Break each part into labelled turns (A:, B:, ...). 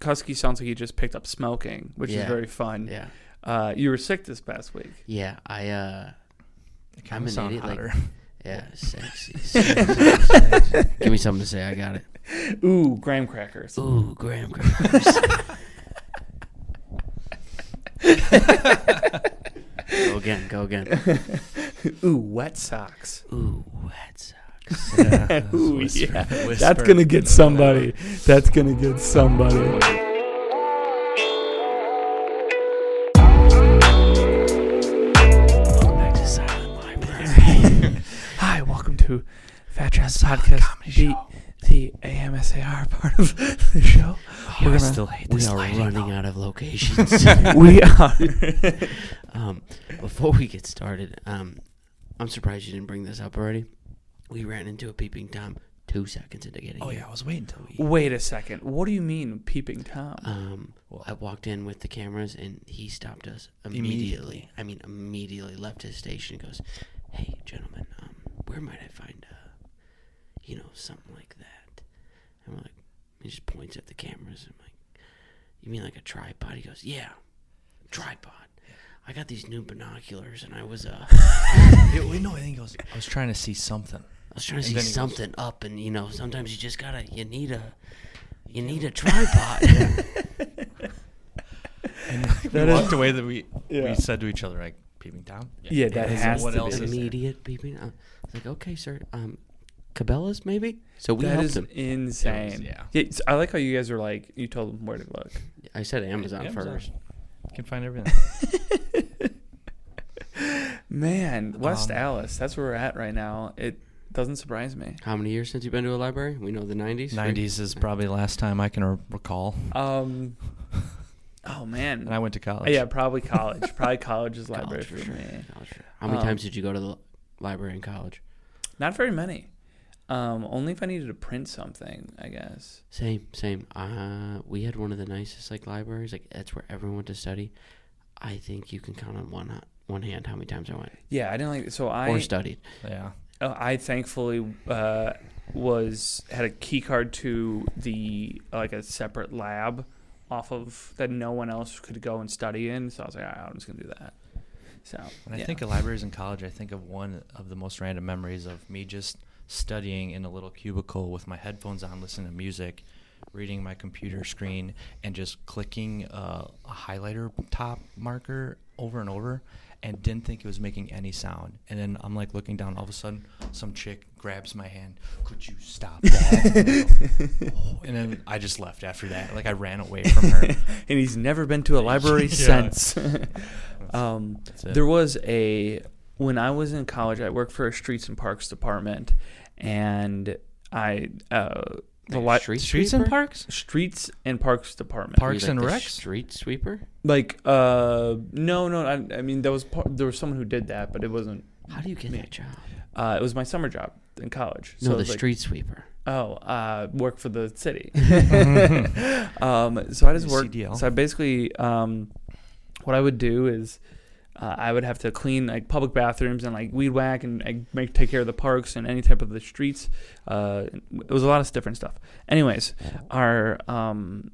A: Kusky sounds like he just picked up smoking, which is
B: Yeah.
A: very fun.
B: Yeah.
A: Uh, you were sick this past week.
B: Yeah. I uh
C: It
B: I'm
C: kind
B: an
C: of sound
B: idiot, like-
C: hotter.
B: yeah, sexy. sexy, sexy. Give me something to say. I got it.
A: Ooh, graham crackers.
B: Ooh, graham crackers. go again, go again.
A: Ooh, wet socks.
B: Ooh, wet socks.
A: Ooh,
C: whisper-
A: yeah. That's
C: whisper
A: gonna
C: in
A: get
C: the-
A: somebody. That's gonna get somebody.
B: Back to silent library.
A: Hi, welcome to Fat Trash Podcast, the, the AMSAR part of the show. We're
C: I
A: gonna-
C: still hate
B: We
C: this
B: are
C: lighting,
B: running
C: though.
B: out of locations.
A: we are.
B: um, before we get started, um, I'm surprised you didn't bring this up already. We ran into a peeping tom two seconds into getting
C: Oh
B: here.
C: yeah, I was waiting till we.
A: Wait a second. What do you mean, peeping Tom?
B: Um, I walked in with the cameras and he stopped us immediately.
C: Immediately.
B: I mean, immediately left his station and goes, "Hey, gentlemen, um, where might I find a, you know, something like that?" And we're like, he just points at the cameras. I'm like, "You mean like a tripod?" He goes, "Yeah, tripod." I got these new binoculars and I was uh,
C: Yeah, wait, no, I think I was. I was trying to see something.
B: I was trying to
C: And
B: see
C: then he goes-
B: something up, and you know, sometimes you just gotta, you need a, you need a tripod.
C: And
A: That
C: we
A: is-
C: walked away. That we
A: Yeah.
C: we said to each other like peeping tom.
A: Yeah, that
C: And
A: has
C: what
A: to
C: else
A: be.
C: is there?
B: Immediate beeping. Uh, I was like, okay, sir, um, Cabela's maybe. So we
A: that
B: helped
A: is
B: him.
A: insane.
C: yeah.
A: s- I like how you guys are like, you told them where to look.
B: I said Amazon, first.
C: You can find everything.
A: Man, West
C: Um,
A: Alice, that's where we're at right now. It doesn't surprise me.
B: How many years since you've been to a library? We know the nineties.
C: Nineties is probably the last time I can r- recall.
A: Um, oh, man.
C: And I went to college.
A: Yeah, probably college. probably college is library
B: college
A: for,
B: for sure.
A: me.
B: College for- How many
A: Um,
B: times did you go to the li- library in college?
A: Not very many. Um, only if I needed to print something, I guess.
B: Same, same. Uh, we had one of the nicest like libraries. Like that's where everyone went to study. I think you can count on one ha- one hand how many times I went
A: Yeah, I didn't like. So
B: or
A: I,
B: studied.
C: Yeah.
A: uh, I thankfully uh, was had a key card to the uh, like a separate lab off of that no one else could go and study in. So I was like, All right, I'm just gonna do that. So
C: When
A: yeah.
C: I think of libraries in college, I think of one of the most random memories of me just studying in a little cubicle with my headphones on, listening to music, reading my computer screen, and just clicking uh, a highlighter top marker over and over, and didn't think it was making any sound. And then I'm like looking down, all of a sudden, some chick grabs my hand. Could you stop that? and, I go, "Oh," and then I just left after that. Like I ran away from her.
A: and he's never been to a library
C: Yeah.
A: since. um,
C: That's it.
A: there was a when I was in college, I worked for a streets and parks department, and I uh, the li-
B: Like street
C: Streets and
B: sweeper?
C: parks?
A: streets and parks department.
B: Were you,
C: Parks
B: like,
C: and
B: the
C: recs?
B: Street sweeper.
A: Like, uh, no, no. I, I mean, that was par- there was someone who did that, but it wasn't.
B: How do you get
A: me.
B: that job?
A: Uh, it was my summer job in college.
B: No,
A: it
B: the
A: was like,
B: street sweeper.
A: Oh, uh, work for the city. um, so I just worked.
C: CDL.
A: So I basically, um, what I would do is, uh, I would have to clean like public bathrooms and like weed whack and like, make take care of the parks and any type of the streets. Uh, it was a lot of different stuff. Anyways, our um,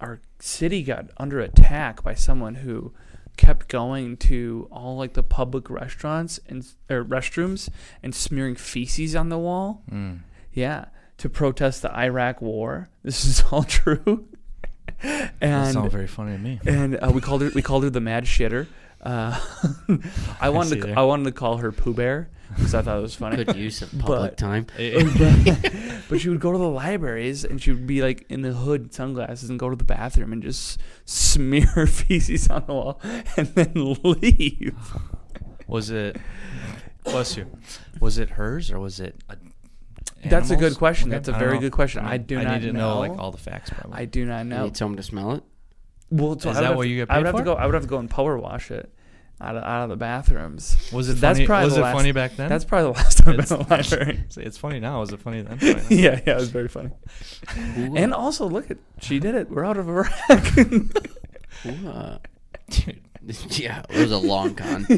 A: our city got under attack by someone who kept going to all like the public restaurants and or restrooms and smearing feces on the wall.
C: Mm.
A: Yeah, to protest the Iraq War. This is all true.
C: That's not
A: and
C: very funny to me.
A: and uh, we called her we called her the Mad Shitter. Uh, I
C: see
A: wanted to,
C: there.
A: I wanted to call her Pooh Bear because I thought it was funny.
B: Good use of public
A: But-
B: time.
A: but, but she would go to the libraries and she would be like in the hood sunglasses and go to the bathroom and just smear her feces on the wall and then leave.
C: Was it? Bless you. Was it hers or was it? A,
A: That's a good
C: animals?
A: question. That's a
C: I don't
A: very
C: know.
A: good question. I do not
C: need to know. like
A: know.
C: all the facts. Probably.
A: I do not
B: You
A: know.
B: Need someone to smell it.
A: Well, so
C: Is
A: I would
C: that
A: have
C: what
A: to-
C: you get
A: I would
C: paid
A: have to
C: for?
A: go. I would have to go and power wash it out of out of the bathrooms.
C: was it?
A: That's
C: funny,
A: probably
C: was
A: the
C: it
A: last-
C: funny back then?
A: That's probably the last time I've been in the
C: That's-
A: library.
C: See, it's funny now. Is it funny then? Probably not.
A: yeah, yeah, it was very funny.
B: Who,
A: And also, look at she did it. We're out of Iraq.
B: who, uh,
C: Dude,
B: yeah, it was a long con. who,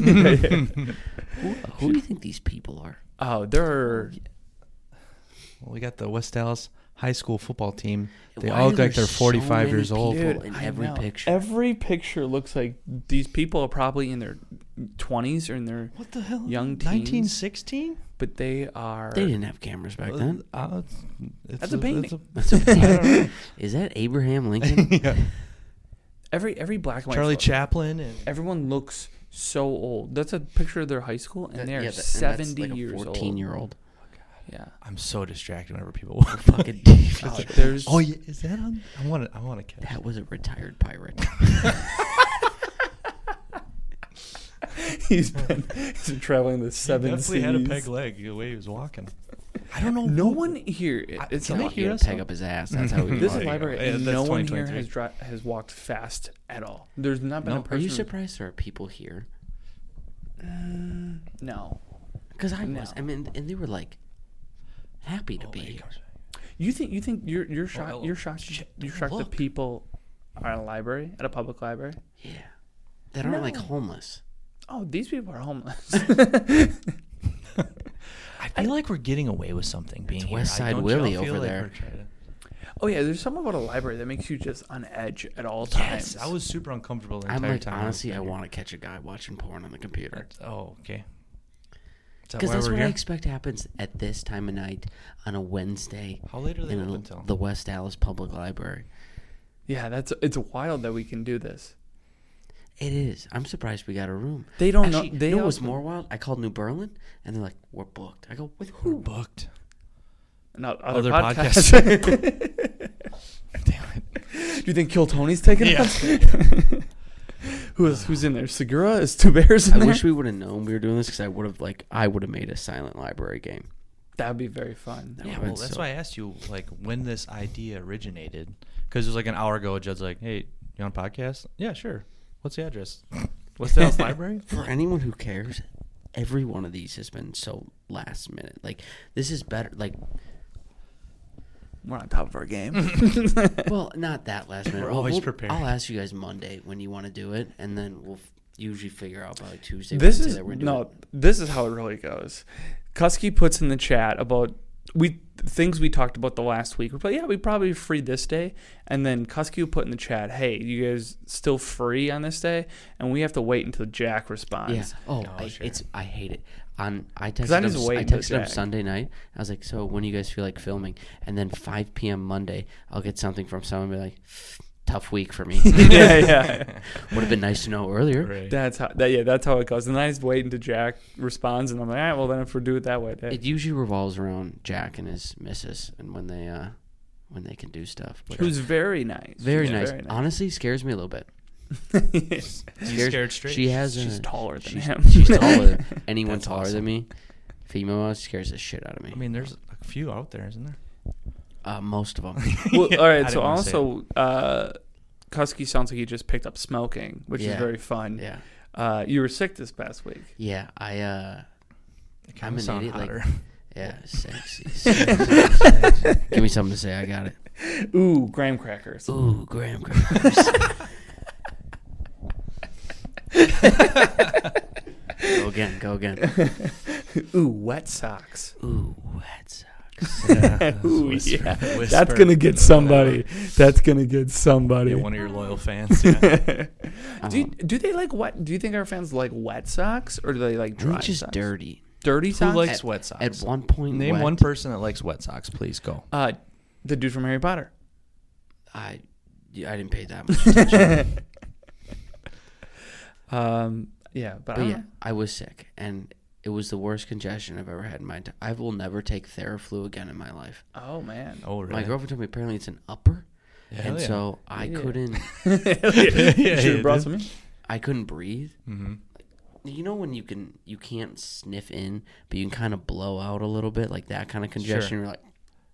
B: who do you think these people are?
A: Oh, there are
C: well, we got the West Dallas
D: high school football team. They
B: Why
D: all
B: are
D: look like
B: there
D: they're 45
B: many
D: years old.
B: people
A: Dude,
B: in
A: I
B: every
A: know.
B: picture.
A: Every picture looks like these people are probably in their 20s or in their,
D: What the hell?
A: Young teens.
D: 1916?
A: but they are.
B: they didn't have cameras back then.
D: Uh, it's
A: That's a painting.
B: That's a- Is that Abraham Lincoln?
D: yeah.
A: Every every black and white
D: Charlie
A: photo-
D: Chaplin and
A: Everyone looks so old. That's a picture of their high school, and
B: That-
A: they are
B: yeah, that- and that's
A: seventy
B: like a
A: years old.
B: year old.
A: Yeah.
C: I'm so distracted whenever people walk by.
B: Fucking,
A: Oh, there's.
D: Oh, yeah, is that on? I want to I want to catch.
B: that was a retired pirate.
A: he's been he's been traveling the seven
D: definitely
A: seas.
D: had a peg leg the way he was walking. I don't know.
A: No one here.
D: I-
A: It's
B: Can
D: Can they
B: they
A: not,
D: hear us?
B: Peg up his ass. That's how we
A: this
B: are.
D: There you
A: library.
D: go. Yeah, that's
A: no one here
D: 2023.
A: has dri- has walked fast at all. There's not been a
D: No.
A: person.
B: Are you surprised there are people here?
A: No.
B: Because I
A: No.
B: was. I mean, and they were like happy
D: Oh
B: to be here.
A: You think you think you're you're shocked
C: hello.
A: you're shocked
C: Shit,
A: you're
C: don't
A: shocked that
C: look.
A: people are in a library at a public library.
B: Yeah, that aren't like
A: No.
B: homeless.
A: Oh, these people are homeless.
C: I feel like we're getting away with something being here.
B: West
C: I-
B: Side
C: don't
B: Willie
C: y'all feel
B: over
C: like
B: there.
C: we're trying to-
A: oh yeah, there's something about a library that makes you just on edge at all times.
C: Yes, I was super uncomfortable the
B: I'm
C: entire
B: like,
C: time.
B: honestly, I want to catch a guy watching porn on the computer.
C: Oh, okay. Is that
B: Because
C: why
B: that's
C: we're
B: what
C: here?
B: I expect happens at this time of night on a Wednesday
C: How late are they
B: in
C: open
B: a,
C: till?
B: the West Dallas Public Library.
A: Yeah, that's it's wild that we can do this.
B: It is. I'm surprised we got a room.
A: They don't know-
B: Actually,
A: they
B: you know what's
A: also-
B: more wild? I called New Berlin, and they're like, "We're booked." I go, "With
C: We're
B: who?"
C: booked.
A: Not other,
C: Other
A: podcasts.
C: Damn it.
A: do you think Kill Tony's taking
C: Yeah.
A: us? Who is who's in there? Segura is two bears in
B: I
A: there.
B: wish we would have known we were doing this because I would have like I would have made a silent library game.
A: That'd be very fun.
C: Yeah,
B: would've
C: well,
B: been
C: that's
B: so-
C: why I asked you like when this idea originated, because it was like an hour ago. Judd's like, "Hey, you on a podcast? Yeah, sure. What's the address? What's the house library?
B: For anyone who cares, every one of these has been so last minute. Like this is better. Like
A: We're on top of our game.
B: well, not that last minute.
C: We're
B: We'll-
C: always
B: we'll-
C: prepared.
B: I'll ask you guys Monday when you want to do it, and then we'll f- usually figure out by like Tuesday.
A: this
B: Wednesday
A: is
B: that we're
A: no.
B: doing it.
A: This is how it really goes. Kusky puts in the chat about we things we talked about the last week. But yeah, we probably free this day, and then Kusky put in the chat, "Hey, you guys still free on this day?" And we have to wait until Jack responds.
B: Yeah. Oh,
C: Oh,
B: I,
C: sure.
B: it's I hate it. On I texted
A: I
B: him,
A: just
B: s- I
A: wait until
B: texted him
A: Jack.
B: Sunday night. I was like, so when do you guys feel like filming? And then 5 p.m. Monday, I'll get something from someone and be like, tough week for me. Would
A: yeah, yeah.
B: have been nice to know earlier.
C: Right.
A: That's how that yeah, that's how it goes. And I just wait until Jack responds and I'm like, all right, well then if we do it that way. then-"
B: It usually revolves around Jack and his missus and when they uh when they can do stuff. But
A: Who's very nice.
B: very,
A: She's
B: nice. Honestly, scares me a little bit.
C: He's
B: Scares-
C: scared straight.
B: She has a,
A: She's taller than
B: she's,
A: him.
B: she's taller than anyone
C: That's
B: taller than
C: awesome.
B: me. Female wise scares the shit out of me.
C: I mean, there's a few out there, isn't there?
B: uh, most of them.
A: well, all
C: I
A: right,
C: didn't
A: so
C: wanna say
A: also uh Kusky sounds like he just picked up smoking, which is
B: Yeah.
A: very fun.
B: yeah.
A: Uh, you were sick this past week.
B: Yeah, I uh
C: It
B: I'm
C: kinda
B: an
C: sound
B: idiot, like-
C: hotter.
B: yeah, sexy. sexy, sexy. Give me something to say. I got it.
A: Ooh, graham crackers.
B: Ooh, graham crackers. go again, go again.
A: Ooh, wet socks.
B: Ooh, wet socks.
A: Ooh,
C: Whisper-
A: yeah. That's
C: whisper.
A: gonna get somebody. That's gonna get somebody.
C: Yeah, one of your loyal fans. Yeah.
B: um,
A: do, you, do they like wet? Do you think our fans like wet socks or do they like dry
B: Which is
A: socks?
B: dirty.
A: Dirty
C: Who
A: socks.
C: likes wet socks?
B: At one point,
C: Name
B: wet,
C: one person that likes wet socks, please. Go.
A: uh, the dude from Harry Potter.
B: I, yeah, I didn't pay that much attention.
A: Um, yeah, but,
B: but
A: I
B: Oh,
C: Oh.
B: yeah, I was sick, and it was the worst congestion I've ever had in my entire. I will never take Theraflu again in my life.
A: Oh man.
C: Oh, really?
B: My girlfriend told me apparently it's an upper,
C: Hell
B: and
C: yeah.
B: so I
A: Yeah.
B: couldn't.
A: you should
C: yeah,
A: have brought
C: dude.
A: some in.
B: I couldn't breathe.
C: Mm-hmm.
B: You know when you can you can't sniff in, but you can kind of blow out a little bit, like that kind of congestion. You're like,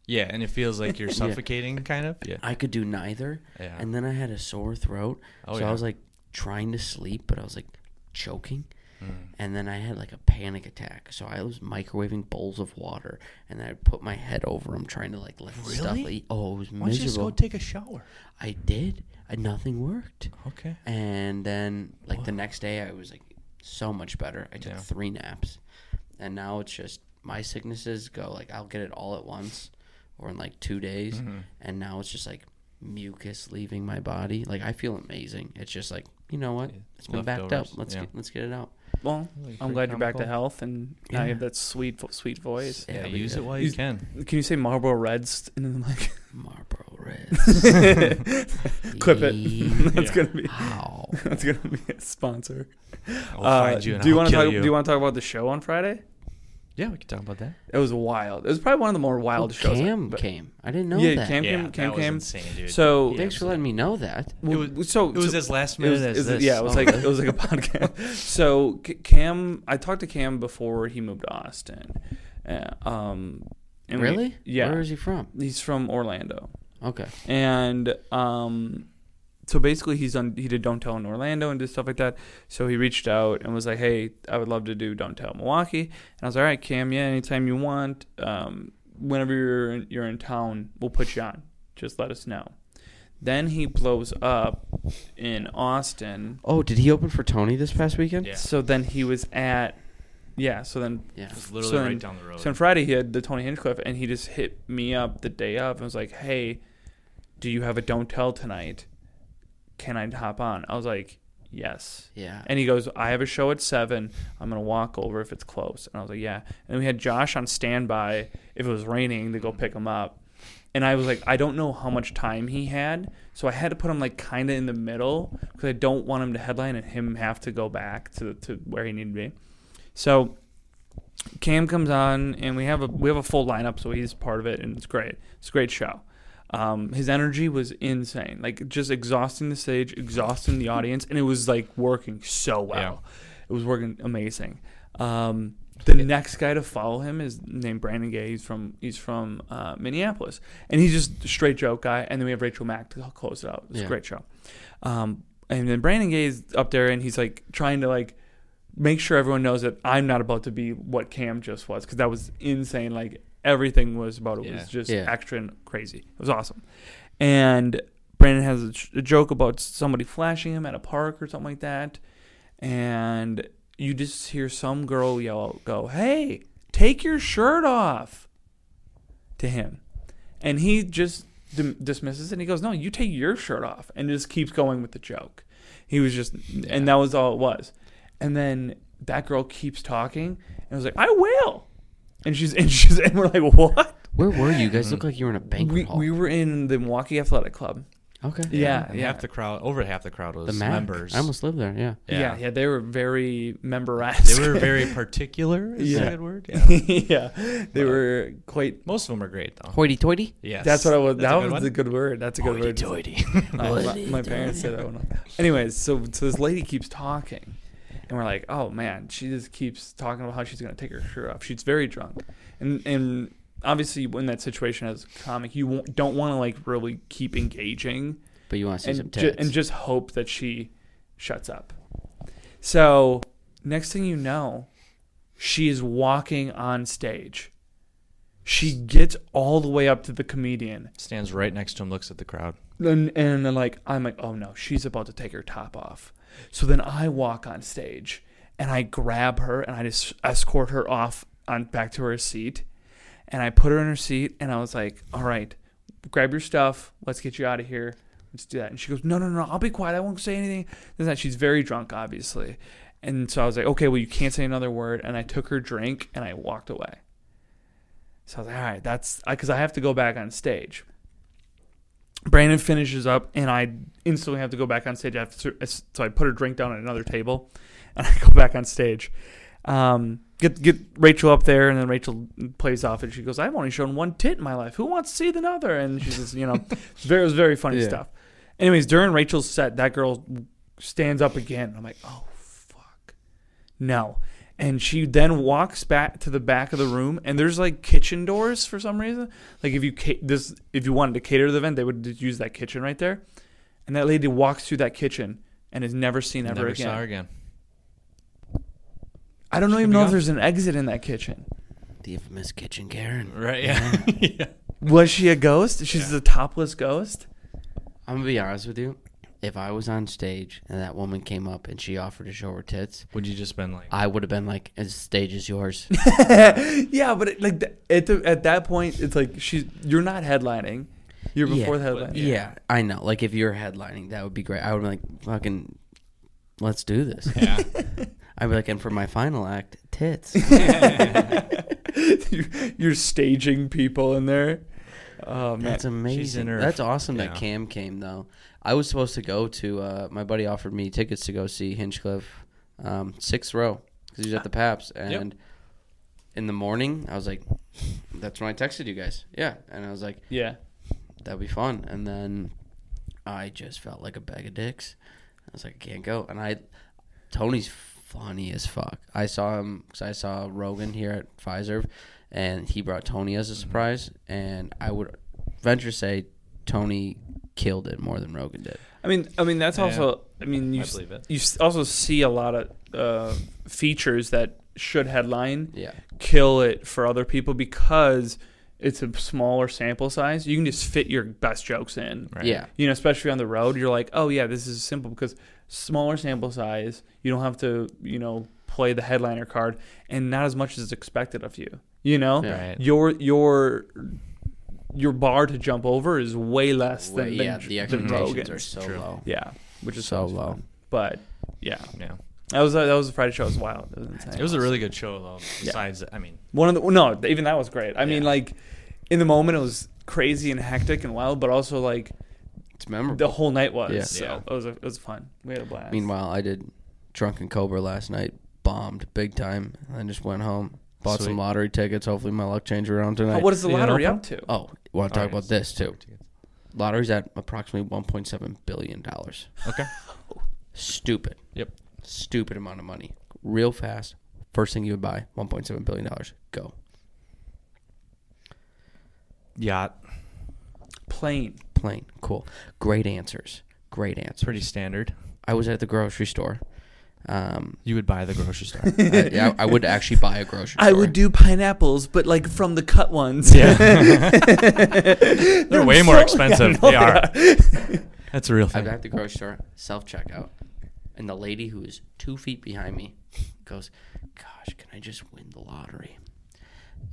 C: Yeah, and it feels like you're suffocating, kind of. Yeah.
B: I could do neither.
C: Yeah.
B: And then I had a sore throat,
C: Oh,
B: so
C: yeah.
B: I was like trying to sleep, but I was like choking.
C: Hmm.
B: And then I had like a panic attack, so I was microwaving bowls of water, and then I put my head over them trying to like let stuff.
C: Really?
B: Eat. Oh, it was
C: Why don't you just
B: miserable.
C: go take a shower?
B: I did. I, nothing worked.
C: Okay.
B: And then like the next day I was like so much better. I took
C: Yeah.
B: three naps. And now it's just my sicknesses go like I'll get it all at once or in like two days,
C: Mhm.
B: and now it's just like mucus leaving my body. Like I feel amazing. It's just like you know what?
C: Yeah,
B: It's been backed up.
C: leftovers,
B: Let's
C: yeah.
B: get let's get it out.
A: Well, I'm glad you're back to health, and now
B: Yeah.
A: you have that sweet, vo- sweet voice.
C: Yeah,
B: it'll be
C: use it
B: good.
C: while you
A: Use-
C: can.
A: Can you say Marlboro Reds into the mic?
B: Marlboro Reds.
A: Clip it. that's
D: Yeah.
A: gonna be
B: How?
A: that's gonna be a sponsor.
C: I'll
A: Uh,
C: find you and
A: do you
C: I'll
A: wanna
C: kill
A: talk?
C: you.
A: Do you want to talk about the show on Friday?
C: yeah, we can talk about that.
A: It was wild. It was probably one of the more wild shows.
B: Cam
A: but-
B: came. I didn't know
A: yeah,
B: that.
A: Cam
C: yeah,
A: came. Cam
C: that was
A: came.
C: insane, dude.
A: So-
C: Yeah,
B: Thanks for letting me know that.
A: Well,
C: It
A: so
C: It was
A: so-
C: as last
A: It
C: minute
A: was,
C: as
A: is
C: this.
A: it- yeah, it was like it was like a podcast. So C- Cam, I talked to Cam before he moved to Austin. Uh, um, and we-
B: really?
A: yeah,
B: Where is he from?
A: he's from Orlando,
B: Okay.
A: and um, so basically he's on he did Don't Tell in Orlando and did stuff like that. So he reached out and was like, "Hey, I would love to do Don't Tell Milwaukee." And I was like, "All right, Cam, yeah, anytime you want, um, whenever you're in, you're in town, we'll put you on. Just let us know." Then he blows up in Austin.
B: Oh, did he open for Tony this past weekend?
C: Yeah.
A: So then he was at, yeah. So then,
B: Yeah.
C: It was
A: So
C: literally
A: in-
C: right down the road.
A: so on Friday he had the Tony Hinchcliffe, and he just hit me up the day of and was like, "Hey, do you have a don't tell tonight? Can I hop on?" I was like, "Yes."
B: Yeah.
A: And he goes, "I have a show at seven. I'm gonna walk over if it's close." And I was like, "Yeah." And we had Josh on standby if it was raining to go pick him up. And I was like, I don't know how much time he had, so I had to put him like kind of in the middle because I don't want him to headline and him have to go back to to where he needed to be. So Cam comes on, and we have a we have a full lineup, so he's part of it, and it's great. It's a great show. Um, his energy was insane, like just exhausting the stage, exhausting the audience, and it was like working so well. It was working amazing. Um, the next guy to follow him is named Brandon Gay. He's from he's from uh, Minneapolis, and he's just a straight joke guy. And then we have Rachel Mack to close it out. It's
B: Yeah.
A: a great show. Um, and then Brandon Gay is up there, and he's like trying to like make sure everyone knows that I'm not about to be what Cam just was because that was insane. Like everything was about it
C: Yeah.
A: was just
B: Yeah.
A: extra and crazy. It was awesome. And Brandon has a, j- a joke about somebody flashing him at a park or something like that, and you just hear some girl yell, out, "Go, hey, take your shirt off!" to him, and he just dim- dismisses it. And he goes, "No, you take your shirt off," and just keeps going with the joke. He was just, and that was all it was. And then that girl keeps talking, and I was like, "I will," and she's and she's and we're like, "What?"
B: Where were you? You guys look like you were in a banquet
A: Um, We,
B: hall.
A: we were in the Milwaukee Athletic Club.
B: okay.
A: Yeah,
C: And
A: yeah.
C: half the crowd, over half the crowd was
B: The Mac.
C: members.
B: I almost lived there. Yeah.
A: yeah, yeah, They were very member-esque.
C: They were very particular. Is
A: Yeah.
C: that a good word? Yeah.
A: yeah, they were quite.
C: Most of them are great though.
B: Hoity toity.
C: Yes.
A: That's what I was.
C: That's
A: that
C: a good
A: was
C: one.
A: a good word. That's a good word. Uh, My, my- my parents said that one. Anyways, so so this lady keeps talking, and we're like, oh man, she just keeps talking about how she's gonna take her shirt off. She's very drunk, and and obviously in that situation as a comic, you won't, don't want to like really keep engaging
B: But you want to see some
A: and, ju-
B: tits.
A: and just hope that she shuts up. So next thing you know, she is walking on stage. She gets all the way up to the comedian
C: Stands right next to him, looks at the crowd.
A: and and then like I'm like, oh no, she's about to take her top off. So then I walk on stage and I grab her and I just escort her off on back to her seat, and I put her in her seat and I was like, all right, grab your stuff, let's get you out of here, let's do that. And she goes, no no no, I'll be quiet, I won't say anything. This and that she's very drunk, obviously, and so I was like, okay, well you can't say another word, and I took her drink and I walked away. So I was like, all right, that's because I have to go back on stage. Brandon finishes up, and I instantly have to go back on stage after. So I put her drink down at another table, and I go back on stage. Um, get get Rachel up there, and then Rachel plays off, and she goes, "I've only shown one tit in my life. Who wants to see the other?" And she's just, you know, it's very, it was very funny
B: Yeah.
A: stuff. Anyways, during Rachel's set, that girl stands up again. I'm like, "Oh fuck, no!" And she then walks back to the back of the room, and there's like kitchen doors for some reason. Like if you ca- this if you wanted to cater to the event, they would just use that kitchen right there. And that lady walks through that kitchen and is never seen ever
C: Never
A: again.
C: saw her again.
A: I don't know
C: She
A: even
C: could be
A: know if
C: gone.
A: there's an exit in that kitchen.
B: the infamous kitchen Karen.
C: Right? Yeah. yeah.
A: Was she a ghost? She's a topless ghost.
B: I'm gonna be honest with you. if I was on stage and that woman came up and she offered to show her tits,
C: Would you just been like,
B: I would have been like, "As stage is yours."
A: yeah, but it, like th- at the, at that point, it's like she's you're not headlining. You're before
B: yeah,
A: the
B: but-
A: headline.
B: Yeah. I know. Like if you're headlining, that would be great. I would be like, "Fucking, let's do this."
C: yeah,
B: I'd be like, "And for my final act, tits."
A: you're, you're staging people in there. Oh man,
B: That's amazing.
C: her-
B: That's awesome that
C: yeah.
B: Cam came though. I was supposed to go to. Uh, my buddy offered me tickets to go see Hinchcliffe, um, sixth row, because he was at the Paps. And in the morning, I was like, "That's when I texted you guys." Yeah, and I was like,
A: yeah.
B: "That'd be fun." And then I just felt like a bag of dicks. I was like, "I can't go." And I, Tony's funny as fuck. I saw him because I saw Rogan here at Pfizer, and he brought Tony as a surprise. And I would venture say Tony killed it more than Rogan did.
A: I mean, I mean that's
D: Yeah.
A: also. I mean, you
C: I
A: s-
C: believe it.
A: you s- also see a lot of uh, features that should headline
B: Yeah,
A: kill it for other people because it's a smaller sample size. You can just fit your best jokes in.
C: Right.
B: yeah,
A: You know, especially on the road, you're like, oh yeah, this is simple because smaller sample size. You don't have to, you know, play the headliner card, and not as much is expected of you. You know,
B: Yeah.
C: right?
A: your your your bar to jump over is way less
B: Way-
A: than,
B: yeah.
A: than
B: The
A: than
B: expectations are
A: Rogan's.
B: so
C: True.
B: low.
A: yeah, which is
B: so
A: always
B: low.
A: fun. But yeah,
C: Yeah,
A: that was that was a Friday show. It was wild. It was insane.
C: it was a really good show though.
A: Yeah.
C: Besides, I mean,
A: One of the no, even that was great. I mean,
C: Yeah.
A: like in the moment, it was crazy and hectic and wild, but also like
B: It's memorable.
A: the whole night was.
B: Yeah.
A: So
C: Yeah.
A: it was a, it was fun. We had a blast.
B: Meanwhile, I did Drunken Cobra last night, bombed big time. I just went home, bought
C: Sweet.
B: some lottery tickets. Hopefully, my luck changed around tonight.
A: Oh, what is the
D: You didn't
A: lottery
D: open?
A: up to?
B: Oh, want to talk
C: Alright,
B: about this too? Lottery's at approximately 1.7 billion dollars.
C: okay,
B: Stupid.
C: Yep.
B: Stupid amount of money. Real fast. First thing you would buy, 1.7 billion dollars. Go.
C: yacht,
A: Plane.
B: Plain. Cool. Great answers. Great answers.
C: pretty standard.
B: I was at the grocery store. Um,
C: You would buy the grocery store.
B: I, yeah, I would actually buy a grocery. store.
A: do pineapples, but like from the cut ones.
C: They're way more expensive. They are. That's a real
B: I'm
C: thing.
B: at the grocery store, self checkout, and the lady who is two feet behind me goes, "Gosh, can I just win the lottery?"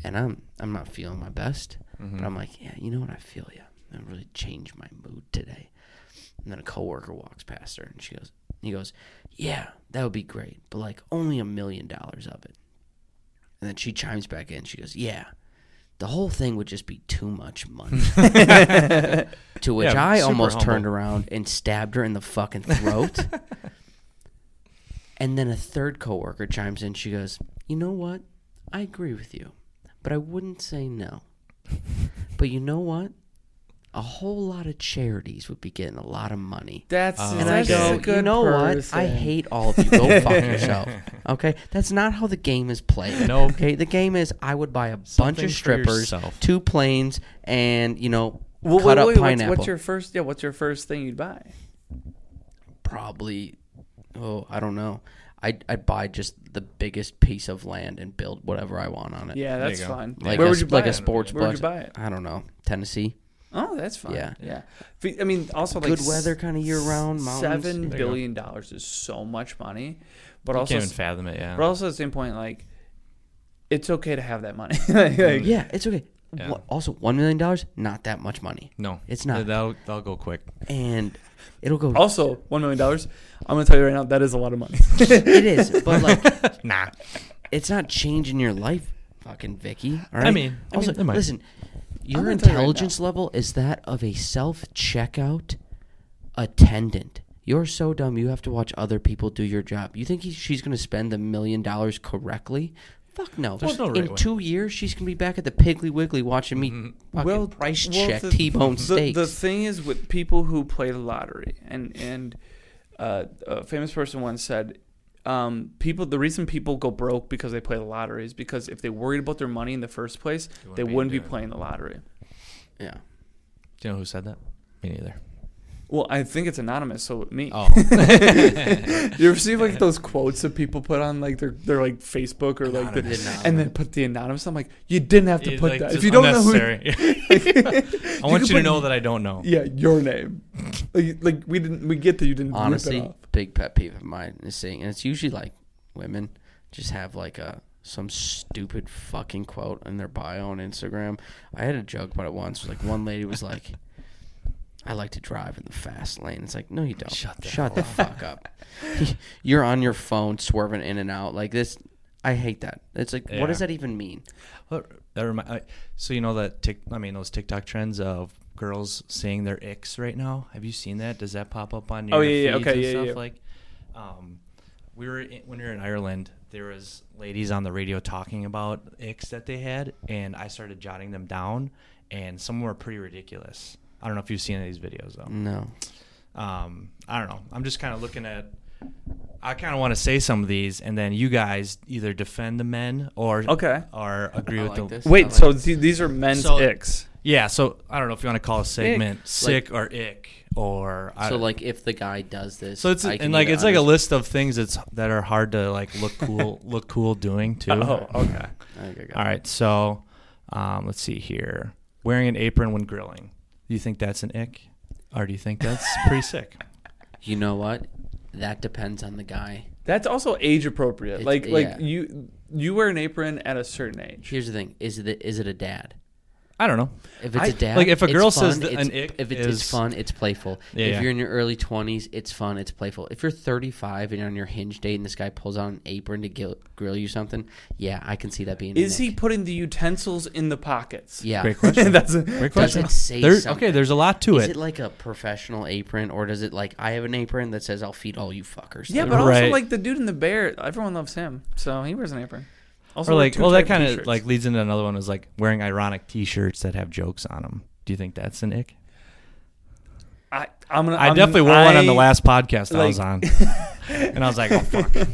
B: And I'm I'm not feeling my best,
C: Mm-hmm.
B: but I'm like, "Yeah, you know what? I feel you. That really changed my mood today." And then a coworker walks past her, and she goes, "He goes, yeah, that would be great, but like only a million dollars of it." And then she chimes back in. She goes, "Yeah." The whole thing would just be too much money. to which
C: Yeah,
B: I
C: super
B: almost
C: humble.
B: turned around and stabbed her in the fucking throat. and then a third coworker chimes in. She goes, "You know what? I agree with you, but I wouldn't say no. But you know what? A whole lot of charities would be getting a lot of money."
A: That's
B: Uh,
C: Oh,
B: And
A: that's
B: I
A: a
B: go,
A: good
B: you know what? I
A: person."
B: hate all of you. Go fuck yourself. Okay, that's not how the game is played.
C: No.
B: Okay, the game is I would buy a
C: Something
B: bunch of
C: for
B: strippers,
C: yourself.
B: two planes, and you know,
A: Well,
B: cut
A: wait,
B: up
A: wait, what's-
B: pineapple.
A: What's, your first? Yeah, what's your first thing you'd buy?
B: Probably, oh, I don't know. I'd, I'd buy just the biggest piece of land and build whatever I want on it.
A: Yeah,
C: There
A: that's
C: you go.
A: fun.
B: like
A: Where
B: a,
A: would you buy
B: like a
A: it?
B: sports
A: Where would you
B: bus-
A: buy it?
B: I don't know, Tennessee.
A: Oh, that's fun. Yeah,
B: Yeah.
A: yeah. F- I mean, also like
B: Good weather kind of year round. Mountains.
A: Seven
C: There you go.
A: billion dollars is so much money, but
C: Can't
A: also,
C: even fathom it. Yeah.
A: but also at the same point, like, it's okay to have that money. Like, like,
B: Mm. Yeah, it's okay.
C: Yeah.
B: Wha- Also, one million dollars, not that much money,
C: No,
B: It's not.
C: That'll that'll go quick.
B: and it'll go.
C: Oh.
A: Also, one million dollars. I'm gonna tell you right now, that is a lot of money.
B: it is, but like
C: Nah.
B: it's not changing your life, fucking Vicky. All right?
C: mean- I
B: also
C: mean, it might.
B: listen, your
A: gonna tell you right
B: intelligence level is that of a self checkout attendant. You're so dumb. You have to watch other people do your job. You think he, she's going to spend the million dollars correctly? Fuck no.
C: There's no
B: In
C: right way. Mm-hmm.
B: two years, she's going to be back at the Piggly Wiggly watching me fucking price check
A: the-
B: T-bone
A: the-
B: steaks.
A: The thing is with people who play the lottery, and and uh, a famous person once said, um, people. The reason people go broke because they play the lottery is because if they worried about their money in the first place,
C: wouldn't
A: they
C: be
A: wouldn't be
C: doing it.
A: playing the lottery.
B: yeah.
C: Do you know who said that? Me neither.
A: Well, I think it's anonymous, so me.
C: Oh.
A: you ever see like those quotes that people put on like their their like Facebook or like the,
B: Anonymous.
A: and then put the anonymous? I'm like, you didn't have to
C: It's,
A: put
C: like,
A: that. If
C: just
A: you don't know who,
C: unnecessary. I want
A: could
C: you to
A: put-
C: know that I don't know.
A: yeah, your name. Like, like we didn't we get that you didn't rip it
B: honestly,
A: off.
B: big pet peeve of mine is seeing, and it's usually like women just have like a some stupid fucking quote in their bio on Instagram. I had a joke about it once. Like one lady was like, "I like to drive in the fast lane." It's like, no, you don't.
C: Shut the
B: Shut the fuck up. You're on your phone swerving in and out like this. I hate that. It's like,
C: Yeah.
B: what does that even mean?
C: What- That remi- I, so you know that tick. I mean those TikTok trends of girls saying their icks right now. Have you seen that? Does that pop up on your
A: Oh, yeah, yeah,
C: feeds
A: okay,
C: and
A: yeah,
C: stuff
A: yeah.
C: like? Um, we were in, when we were in Ireland. There was ladies on the radio talking about icks that they had, and I started jotting them down, and some were pretty ridiculous. I don't know if you've seen any of these videos though.
B: No.
C: um, I don't know. I'm just kind of looking at. I kind of want to say some of these, and then you guys either defend the men or
A: Okay.
C: or agree
B: I
C: with
B: like
C: the.
B: this.
A: Wait,
B: Not
A: so
B: like-
A: th- these are men's
C: So-
A: icks.
C: Yeah, so I don't know if you want to call a segment
B: Like-
C: sick or ick or I,
B: So like, if the guy does this,
C: so it's
B: I can
C: and like
B: either
C: it's like a
B: understand-
C: list of things that's that are hard to like look cool look cool doing too.
A: Oh, okay.
B: I think I got
C: All
B: it.
C: right, so um, let's see here. Wearing an apron when grilling. Do you think that's an ick, or do you think that's pretty sick?
B: You know what? That depends on the guy.
A: That's also age appropriate.
B: It's-
A: like like
B: yeah.
A: you you wear an apron at a certain age.
B: Here's the thing: is it is it a dad?
C: I don't know.
B: If it's a
A: I-
B: dad,
C: like, if a
B: it's
C: girl says
B: fun,
C: that
B: it's-
C: an ick
B: if it's,
C: is-
B: it's fun, it's playful.
C: Yeah,
B: if
C: yeah.
B: you're in your early twenties, it's fun, it's playful. If you're 35 and you're on your hinge date and this guy pulls out an apron to gil- grill you something, yeah, I can see that being.
A: Is
B: an
A: he
B: ick.
A: putting the utensils in the pockets?
B: Yeah.
C: Great question.
A: That's a-
B: Does
C: Great question.
B: it say
C: There-
B: something?
C: okay, there's a lot to
B: Is
C: it.
B: it like a professional apron, or does it like I have an apron that says "I'll feed all you fuckers"?
A: Yeah, but also
C: Right.
A: like the dude in the bear, everyone loves him, so he wears an apron. Also,
C: or like,
A: two
C: well, that
A: type
C: kind of
A: t-shirts.
C: like leads into another one. Is like wearing ironic T-shirts that have jokes on them. Do you think that's an ick?
A: I, I'm gonna.
C: I
A: I'm-
C: definitely wore one on the
A: Um, I-
C: last podcast I was
A: like-
C: on, and I was like, oh fuck.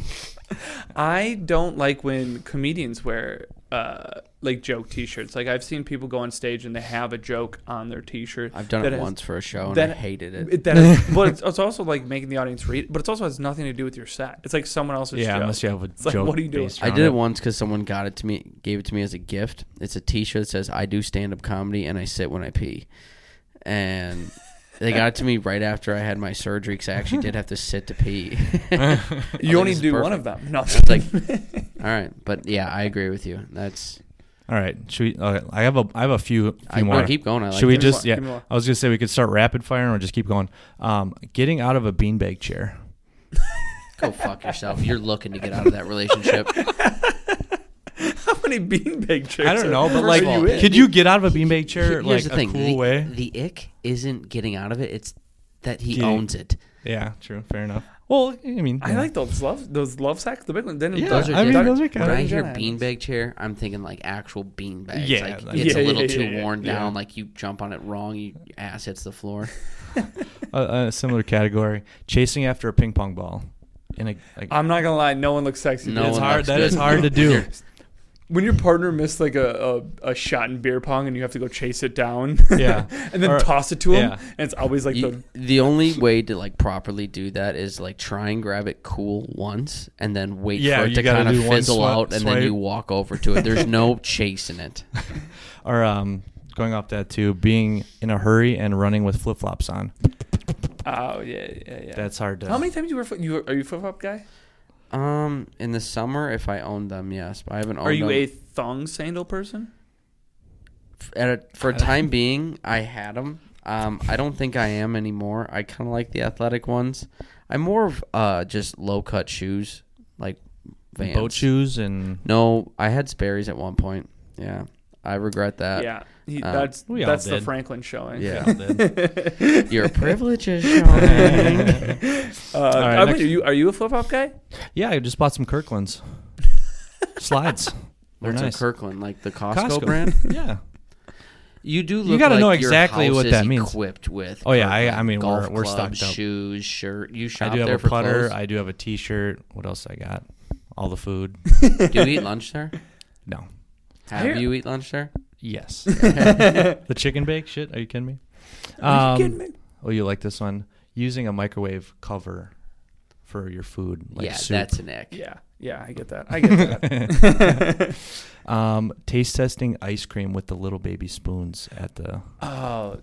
A: I don't like when comedians wear uh, like joke T-shirts. Like I've seen people go on stage and they have a joke on their T-shirt.
B: I've done
A: that
B: it
A: has-
B: once for a show and
A: that-
B: I hated it.
A: It, that is, but it's, it's also like making the audience read. But it's also has nothing to do with your set. It's like someone else's.
C: yeah,
A: joke.
C: unless you have a
A: It's like,
C: joke.
A: what are you doing?
C: based
B: I
C: around
B: did it once because someone got it to me, gave it to me as a gift. It's a T-shirt that says "I do stand-up comedy and I sit when I pee," and they got it to me right after I had my surgery because I actually did have to sit to pee.
A: You only
B: it's
A: do one
B: perfect.
A: of them. No,
B: It's like, all right, but yeah, I agree with you. That's
C: All right, should we? Okay, I have a I have a few few
B: I,
C: more.
B: no, keep going. I like
C: should we
A: Give me
C: just
A: more, give me
C: yeah?
A: more.
C: I was gonna say we could start rapid fire or just keep going. Um, getting out of a beanbag chair.
B: go fuck yourself. You're looking to get out of that relationship.
A: how many beanbag chairs?
C: I don't know,
A: are-
C: but
B: First
C: like,
B: of all,
C: could you get out of a beanbag chair
B: Here's
C: like
B: the
C: a
B: thing:
C: cool
B: the,
C: way?
B: the ick isn't getting out of it; it's that he
C: Getting-
B: owns it.
C: Yeah, true, fair enough. Well, I mean,
A: I
C: yeah.
A: like those love those love sacks. The big one. Then
C: Yeah,
B: Those are
C: I mean,
B: different.
C: those are kind
B: when
C: of-
B: I hear
A: Yeah.
B: beanbag chair, I'm thinking like actual beanbags.
C: Yeah,
B: like,
C: like-
B: it's
A: Yeah,
B: a little
A: yeah,
B: too
A: yeah, yeah,
B: worn
A: yeah.
B: down. Like you jump on it wrong, you, your ass hits the floor.
C: a, a similar category. Chasing after a ping pong ball. In a like,
A: I'm not gonna lie. No one looks sexy.
B: No
A: dude.
C: Uh, it's
B: one
C: hard.
B: looks
C: That
B: good.
C: is hard to do.
A: when your partner missed like a, a, a shot in beer pong and you have to go chase it down
C: Yeah.
A: and then
C: Or-
A: toss it to him
C: yeah.
A: and it's always like
B: You-
A: the
B: the only way to like properly do that is like try and grab it cool once and then wait
C: Yeah,
B: for it
C: you
B: to
C: gotta
B: kind of
C: do one
B: fizzle
C: swi-
B: out and then
C: swipe.
B: you walk over to it. There's no chasing it.
C: Or um, going off that too, being in a hurry and running with flip flops on.
A: oh yeah yeah yeah
C: That's uh, hard to.
A: how many times you were fo- you are you a flip flop guy
B: Um, in the summer, if I owned them, yes, but I haven't owned
A: are you
B: them.
A: a thong sandal person
B: at a, for a time being, I had them. Um, I don't think I am anymore. I kind of like the athletic ones. I'm more of uh, just low cut shoes, like Vans.
C: boat shoes and
B: No, I had Sperry's at one point. Yeah, I regret that.
A: yeah he,
B: uh,
A: that's
C: we all
A: that's the
C: did.
A: Franklin showing
B: Yeah. Your privileges.
A: uh,
C: right,
A: I mean,
C: next-
A: are you are you a flip flop guy
C: yeah, I just bought some Kirkland's slides. They're
B: What's
C: nice.
B: a Kirkland like the Costco,
C: Costco.
B: brand?
C: yeah.
B: You do. Look
C: You gotta
B: like
C: know
B: your
C: exactly
B: house
C: what
B: is
C: that means.
B: Equipped with.
C: Oh, yeah, I-
B: Kirkland
C: I mean,
B: golf
C: we're- we're
B: clubs,
C: stocked up.
B: Shoes, shirt. You
C: I
B: shop
C: do have
B: there
C: a
B: for
C: putter.
B: clothes.
C: I do have a T-shirt. What else I got? All the food.
B: Do you eat lunch there?
C: No.
B: Have
A: hear-
B: you eat lunch there?
C: Yes. the chicken bake shit. Are you kidding me?
A: Are you
C: Um,
A: kidding me?
C: Oh, you like this one? Using a microwave cover for your food, like
B: yeah,
C: soup.
B: that's an ick.
A: Yeah, yeah, I get that. I get that.
C: um, taste testing ice cream with the little baby spoons at the.
A: oh,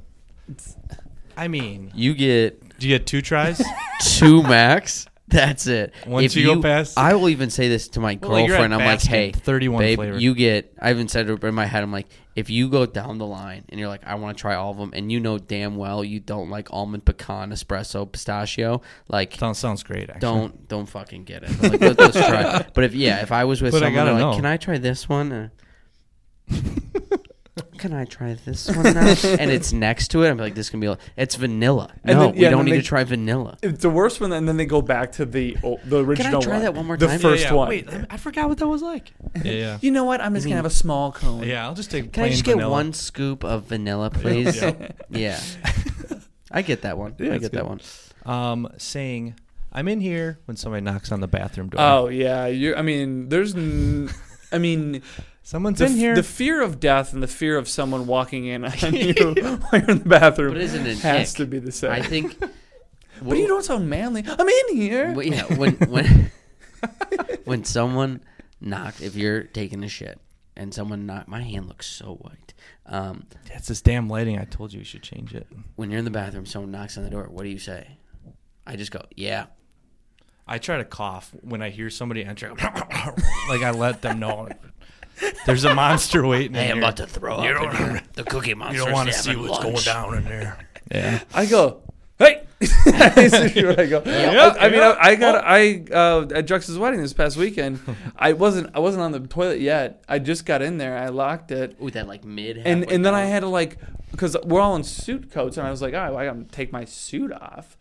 C: I mean,
B: You get
D: Do you get two tries?
B: two max. That's it.
D: Once you go past-
B: I will even say this to my
C: Well, you're at
B: girlfriend. I'm like,
C: Baskin,
B: hey,
C: 31
B: babe,
C: flavor."
B: you get. I even said it in my head. I'm like, if you go down the line and you're like, I want to try all of them, and you know damn well you don't like almond pecan espresso pistachio, like.
C: sounds sounds great. Actually.
B: Don't don't fucking get it. I'm like, Let, us try. But if yeah, if I was with
D: But I
B: someone, they're
D: gotta
B: like,
D: know.
B: can I try this one? Uh, can I try this one now? and it's next to it. I'm like, this can be. Like, it's vanilla.
A: And
B: no,
A: then-
B: we
A: yeah, and
B: don't
A: then
B: need
A: they-
B: to try vanilla.
A: it's the worst one, and then they go back to the o- the original.
B: try
A: one.
B: that one more
A: the
B: time?
A: The first
D: Yeah, yeah.
A: one.
D: Wait,
C: I, I forgot what that was like.
D: yeah.
A: You know what? I'm just gonna have a small cone.
D: Yeah, I'll just take.
B: Can I
D: plain
B: just get
D: vanilla.
B: one scoop of vanilla, please?
D: Yeah.
B: yeah. I get that one.
D: Yeah,
B: I
D: it's
B: get that
D: good.
B: one.
C: Um, saying, "I'm in here" when somebody knocks on the bathroom door.
A: Oh yeah. You. I mean, there's. N- I mean,
D: Someone's
A: the,
D: in
A: f-
D: here.
A: the fear of death and the fear of someone walking in on you while you're in the bathroom
B: But isn't it
A: has
B: ick?
A: to be the same.
B: I think.
A: but you don't sound manly. I'm in here.
B: Well, yeah, when when when someone knocks, if you're taking a shit and someone knock, my hand looks so white. Um,
C: That's this damn lighting. I told you we should change it.
B: when you're in the bathroom, someone knocks on the door. What do you say? I just go, yeah.
C: I try to cough when I hear somebody enter. like I let them know there's a monster waiting.
B: Hey,
C: in
B: I'm
C: here.
B: about to throw up. in here. The cookie monster.
C: You don't want to
B: having
C: see what's
B: lunch."
C: going down in there. Yeah.
A: I go, hey. This is where I go. I, I mean, I, I got I uh, at Jux's wedding this past weekend. I wasn't I wasn't on the toilet yet. I just got in there. I locked it,
B: Ooh, that like mid.
A: and
B: halfway
A: and then I
B: down.
A: had to like because we're all in suit coats, and I was like, oh, I gotta take my suit off,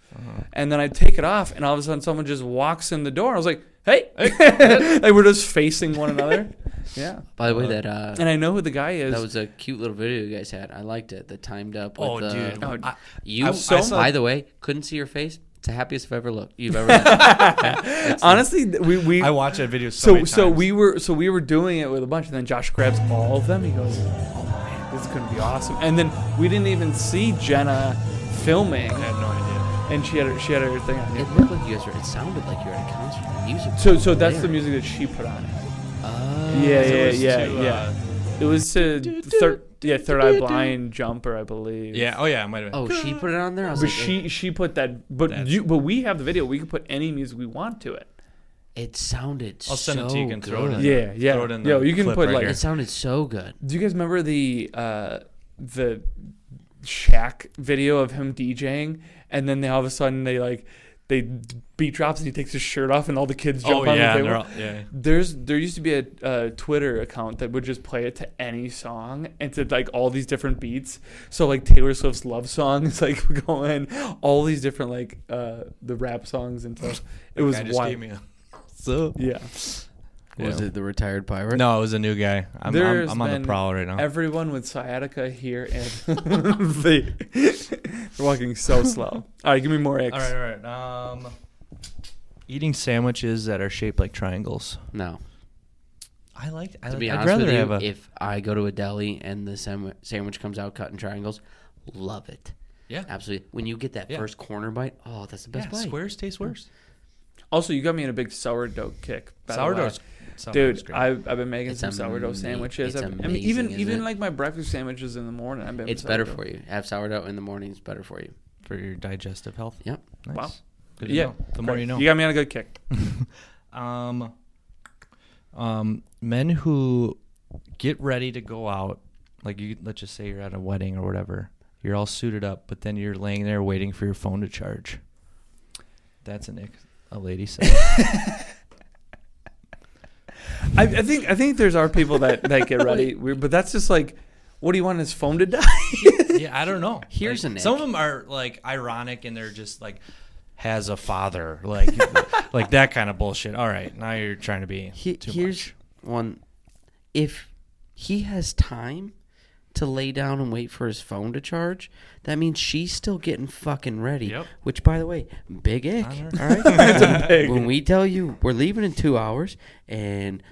A: and then I take it off, and all of a sudden someone just walks in the door. I was like, hey, like we're just facing one another. Yeah,
B: By the way, that uh,
A: and I know who the guy is.
B: That was a cute little video you guys had. I liked it. The timed up. With
C: Oh,
B: the,
C: dude.
A: Oh,
C: I-
B: You,
A: I- I saw-
B: by the way, couldn't see your face. It's the happiest I've ever looked. You've ever. looked.
A: Honestly, th- we we
D: I watch that video so
A: So
D: many
A: so
D: times.
A: we were so we were doing it with a bunch, and then Josh grabs all of them. He goes, "Oh man, this is gonna be awesome!" And then we didn't even see Jenna filming,
D: I had no idea.
A: and she had her she had her thing on.
B: it looked like you guys were. It sounded like you were at a concert. The music.
A: So
B: was
A: so that's the
B: there.
A: music that she put on. it.
B: Oh.
A: Yeah
D: So
A: yeah
D: it's
A: yeah
D: to, uh,
A: yeah. It was to third yeah Third Eye Blind Jumper, I believe.
C: Yeah. Oh yeah. I might have.
B: Oh, she put it on there. I was
A: But
B: like,
A: she she put that. But
C: That's-
A: you but we have the video. We can put any music we want to it.
B: It sounded.
C: I'll send
B: so
C: it to you. You can throw it
B: good.
C: in.
A: Yeah yeah.
C: Throw it in the
A: Yo, you can
C: clip
A: put
C: right
A: like
C: here.
B: It sounded so good.
A: Do you guys remember the uh, the Shaq video of him DJing, and then they, all of a sudden they like they beat drops and he takes his shirt off and all the kids jump
C: Oh
A: on
C: yeah.
A: the
C: they're
A: table.
C: all- yeah.
A: There's there used to be a uh, Twitter account that would just play it to any song and to like all these different beats. So like Taylor Swift's love song is like going all these different like uh, the rap songs and stuff. It was
C: Guy just
A: wild.
C: gave me a- So
A: Yeah,
B: Was
C: Yeah.
B: it the retired pirate?
C: No, it was a new guy. I'm,
A: There's
C: I'm, I'm on
A: been
C: the prowl right now.
A: everyone with sciatica here and they, they're walking so slow. All right, give me more X.
C: all right. All right. Um, eating sandwiches that are shaped like triangles.
B: No.
C: I like. I
B: To
C: like-
B: be
C: I'd
B: honest with
C: rather
B: you,
C: have a-
B: if I go to a deli and the sandwich, sandwich comes out cut in triangles, love it.
C: Yeah.
B: Absolutely. When you get that
C: Yeah.
B: first corner bite, oh, that's the best
C: yeah,
B: bite.
C: squares taste worse.
A: Also, you got me in a big sourdough kick. by the way.
C: Sourdough's sourdough's
A: Dude,
C: great.
A: I've, I've been making
B: It's
A: some sourdough
B: ama-
A: sandwiches.
B: it's
A: I've- I mean, even
B: amazing,
A: even
B: isn't it?
A: like my breakfast sandwiches in the morning. I've been
B: It's better for you. Have sourdough in the morning. It's better for you.
C: for your digestive health.
B: Yep.
C: Nice.
A: Wow.
C: Good to
A: Yeah,
C: know. The more
A: great.
C: you know.
A: You got me on a good kick.
C: um, um, men who get ready to go out, like you, let's just say you're at a wedding or whatever. You're all suited up, but then you're laying there waiting for your phone to charge. That's an ex- a lady said.
A: I, I think I think there's our people that that get ready, we but that's just like, what do you want his phone to die?
C: yeah, I don't know.
B: Here's
C: like,
B: an
C: some
B: ick.
C: of them are like ironic and they're just like has a father, like like that kind of bullshit. All right, now you're trying to be
B: He,
C: too
B: here's
C: much.
B: one. If he has time to lay down and wait for his phone to charge, that means she's still getting fucking ready.
C: Yep.
B: Which, by the way, big ick.
C: On her.
B: All right.
A: big-
B: When we tell you we're leaving in two hours and.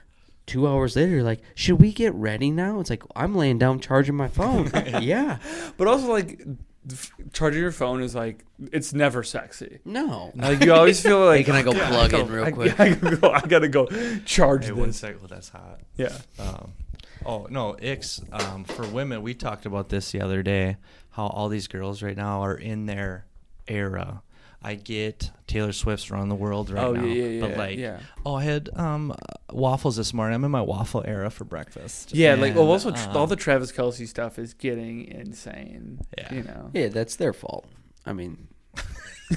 B: Two hours later, you're like, should we get ready now? It's like I'm laying down charging my phone. yeah,
A: But also like f- charging your phone is like it's never sexy.
B: No.
A: Like you always feel like
B: can I go
A: "God,
B: plug
A: gotta-
B: in real
A: I-
B: quick?"
A: I, gotta go, I gotta go charge
C: Hey, one
A: this.
C: sec. Well, that's hot.
A: Yeah,
C: Um, oh no, icks um, for women. We talked about this the other day. How all these girls right now are in their era. I get Taylor Swift's "Around the World" right
A: Oh,
C: now,
A: yeah, yeah, yeah,
C: but like,
A: yeah.
C: oh, I had um, waffles this morning. I'm in my waffle era for breakfast.
A: yeah. like well,
C: And,
A: also tr- all
C: um,
A: the Travis Kelsey stuff is getting insane.
C: Yeah.
A: You know.
B: Yeah, that's their fault. I mean,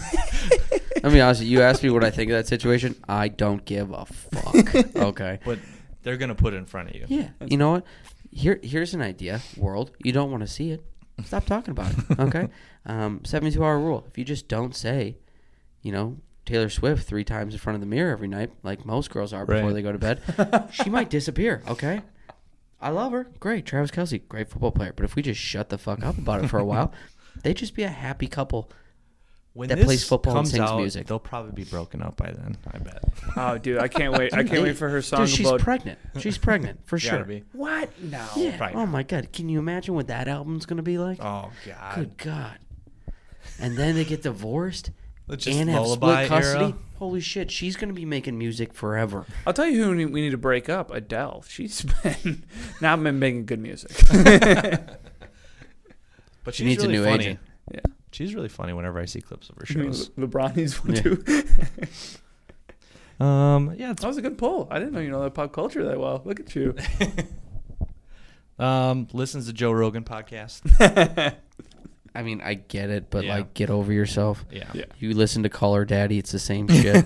B: I mean, honestly, you asked me what I think of that situation. I don't give a fuck. Okay.
C: but they're gonna put it in front of you.
B: Yeah. You know what? Here, here's an idea, world. You don't want to see it. Stop talking about it. Okay. um, Seventy-two hour rule. If you just don't say, you know, Taylor Swift three times in front of the mirror every night, like most girls are before
C: Right.
B: they go to bed, she might disappear. Okay. I love her. Great. Travis Kelsey, great football player. But if we just shut the fuck up about it for a while, they'd just be a happy couple.
C: When
B: That
C: this
B: plays football and
C: comes
B: sings
C: out,
B: music.
C: They'll probably be broken up by then. I bet.
A: Oh, dude, I can't wait! I can't wait for her song
B: Dude, she's
A: about
B: pregnant. She's pregnant for
C: Gotta
B: sure.
C: be.
A: what? No.
B: Yeah.
C: Probably
B: Oh my god. Can you imagine what that album's gonna be like?
C: Oh god.
B: Good God. And then they get divorced
C: Let's just
B: and have
C: lullaby
B: split
C: era.
B: custody. Holy shit, she's gonna be making music forever.
A: I'll tell you who we need- we need to break up. Adele. She's been not been making good music.
C: But
B: She
C: she's
B: needs a
C: really
B: new
C: funny.
B: agent.
A: Yeah.
C: She's really funny whenever I see clips of her
A: I mean,
C: shows.
A: Le- LeBron needs one
B: Yeah.
A: too.
C: Um, yeah, it's
A: That was a good poll. I didn't know you know that pop culture that well. Look at you.
C: Um, listens to Joe Rogan podcast.
B: I mean, I get it, but
C: Yeah.
B: like get over yourself.
C: Yeah.
A: Yeah.
B: You listen to Call Her Daddy, it's the same shit.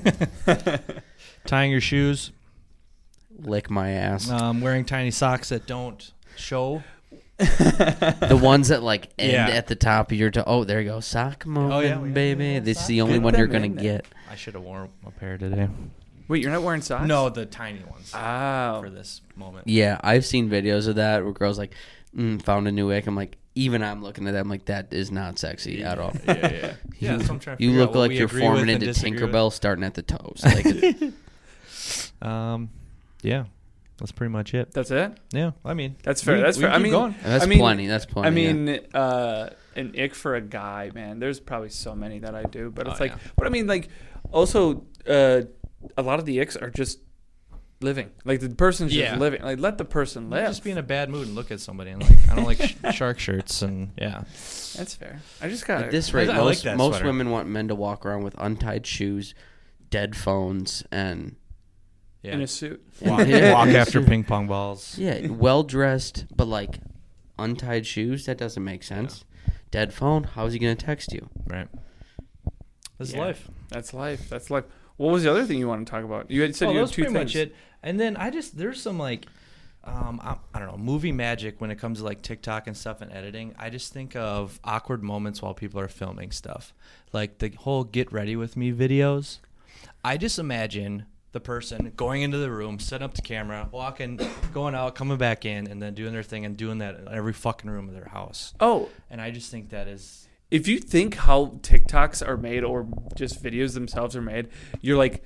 C: Tying your shoes.
B: Lick my ass.
C: Um, wearing tiny socks that don't show.
B: The ones that like end
C: Yeah.
B: at the top of your toe. Oh, there you go. Sock moment,
C: yeah, we got
B: baby.
C: a little
B: This is the
C: sock.
B: only
A: Get
B: one you're
A: them
B: gonna
A: in there.
B: get.
C: I should have worn a pair today.
A: Wait, you're not wearing socks?
C: No, the tiny ones
B: Uh,
A: Oh.
C: for this moment.
B: Yeah, I've seen videos of that where girls like mm, found a new ick. I'm like, even I'm looking at that. I'm like, that is not sexy at all.
C: Yeah, yeah, yeah. yeah that's what I'm trying to
B: You
C: figure out
B: look
C: what
B: like
C: we
B: you're
C: agree with
B: forming
C: and
B: into
C: disagree with.
B: Tinkerbell starting at the toes. Like,
C: Um, yeah, that's pretty much it.
A: That's it.
C: Yeah, I mean,
A: That's fair.
C: we-
A: that's
C: we
A: fair.
C: can
A: I
C: keep
A: mean,
C: going.
B: that's
A: I mean,
B: plenty. That's plenty.
A: I
B: yeah.
A: mean, uh, an ick for a guy, man. There's probably so many that I do, but
C: Oh,
A: it's like,
C: yeah.
A: but I mean, like, also, uh, a lot of the icks are just living. Like the person's
C: Yeah.
A: just living. Like let the person live.
C: just be in a bad mood and look at somebody and like I don't like sh- shark shirts and yeah.
A: That's fair. I just got
B: At this rate,
C: I like
B: most,
C: that
B: most
C: sweater.
B: women want men to walk around with untied shoes, dead phones, and
C: Yeah.
A: in a suit.
C: walk, walk after ping pong balls.
B: yeah, well dressed, but like untied shoes. That doesn't make sense. Dead phone. How is he gonna text you?
C: Right. That's
A: Yeah.
C: life.
A: That's life. That's life. What was the other thing you wanted to talk about? You had said
C: Oh,
A: you
C: that
A: had
C: was
A: two
C: pretty
A: things.
C: much it. And then I just there's some like, um, I, I don't know, movie magic when it comes to like TikTok and stuff and editing. I just think of awkward moments while people are filming stuff, like the whole "Get Ready with Me" videos. I just imagine the person going into the room, setting up the camera, walking, going out, coming back in, and then doing their thing and doing that in every fucking room of their house.
A: Oh,
C: And I just think that is
A: if you think how TikToks are made or just videos themselves are made, you're like,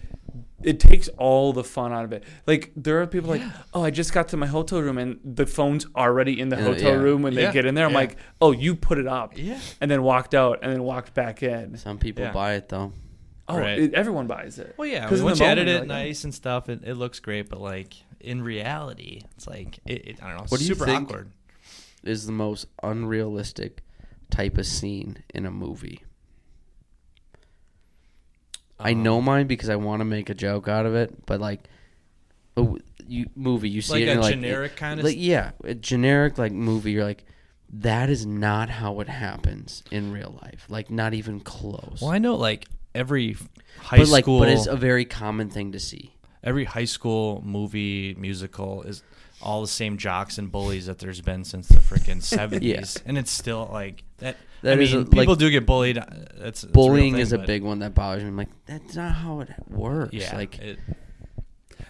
A: it takes all the fun out of it. Like there are people like, oh, I just got to my hotel room and the phone's already in the
B: Yeah,
A: hotel
B: yeah.
A: room when
C: Yeah,
A: they get in there. I'm
C: yeah.
A: like, oh, you put it up,
C: Yeah.
A: and then walked out and then walked back in.
B: Some people
C: Yeah.
B: buy it though.
A: Oh,
C: Right.
A: it, everyone buys it.
C: Well, yeah, I
A: 'Cause
C: mean,
A: in
C: once
A: the
C: you
A: moment,
C: edit it
A: you're like,
C: nice and stuff, it, it looks great. But like in reality, it's like it, it, I don't know,
B: What do you
C: super
B: think-
C: awkward.
B: Is the most unrealistic type of scene in a movie. I know
C: Um,
B: mine because I want to make a joke out of it, but like, oh, you movie you see
C: Like
B: it
C: a
B: and you're
C: generic
B: like,
C: kinda
B: like
C: s-
B: yeah, a generic like movie. You're like, that is not how it happens in real life. Like not even close.
C: Well, I know like every high
B: But like,
C: school,
B: but it's a very common thing to see.
C: every high school movie musical is all the same jocks and bullies that there's been since the freaking seventies, and it's still like that. I
B: That is
C: mean,
B: a-
C: people
B: like,
C: do get bullied. uh, That's that's a real
B: Bullying
C: thing,
B: is a
C: but
B: big one that bothers me. I'm like, that's not how it works.
C: Yeah,
B: like,
C: it-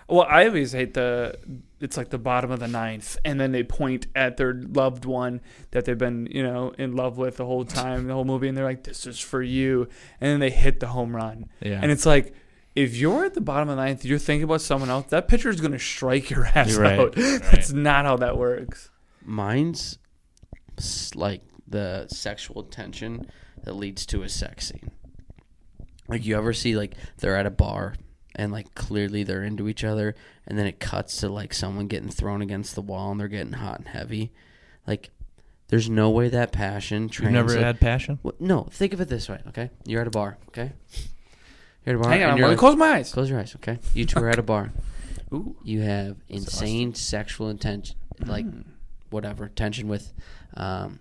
A: Well, I always hate the. It's like the bottom of the ninth, and then they point at their loved one that they've been, you know, in love with the whole time, the whole movie, and they're like, "This is for you," and then they hit the home run.
C: Yeah.
A: And it's like, if you're at the bottom of the ninth, you're thinking about someone else. That pitcher is going to strike your ass
C: You're right.
A: out.
C: Right.
A: That's not how that works.
B: mine's s- like the sexual tension that leads to a sex scene. Like you ever see like they're at a bar and like clearly they're into each other and then it cuts to like someone getting thrown against the wall and they're getting hot and heavy. Like there's no way that passion
C: You've never
B: transla-
C: had passion?
B: Wha- no, think of it this way, okay? You're at a bar, okay? You're at a bar.
A: Hang
B: and
A: on, I'm
B: you're
A: gonna
B: like-
A: close my eyes.
B: Close your eyes, okay? You two are at a bar.
A: Ooh.
B: You have insane sexual intention, like
A: Hmm.
B: whatever tension with um,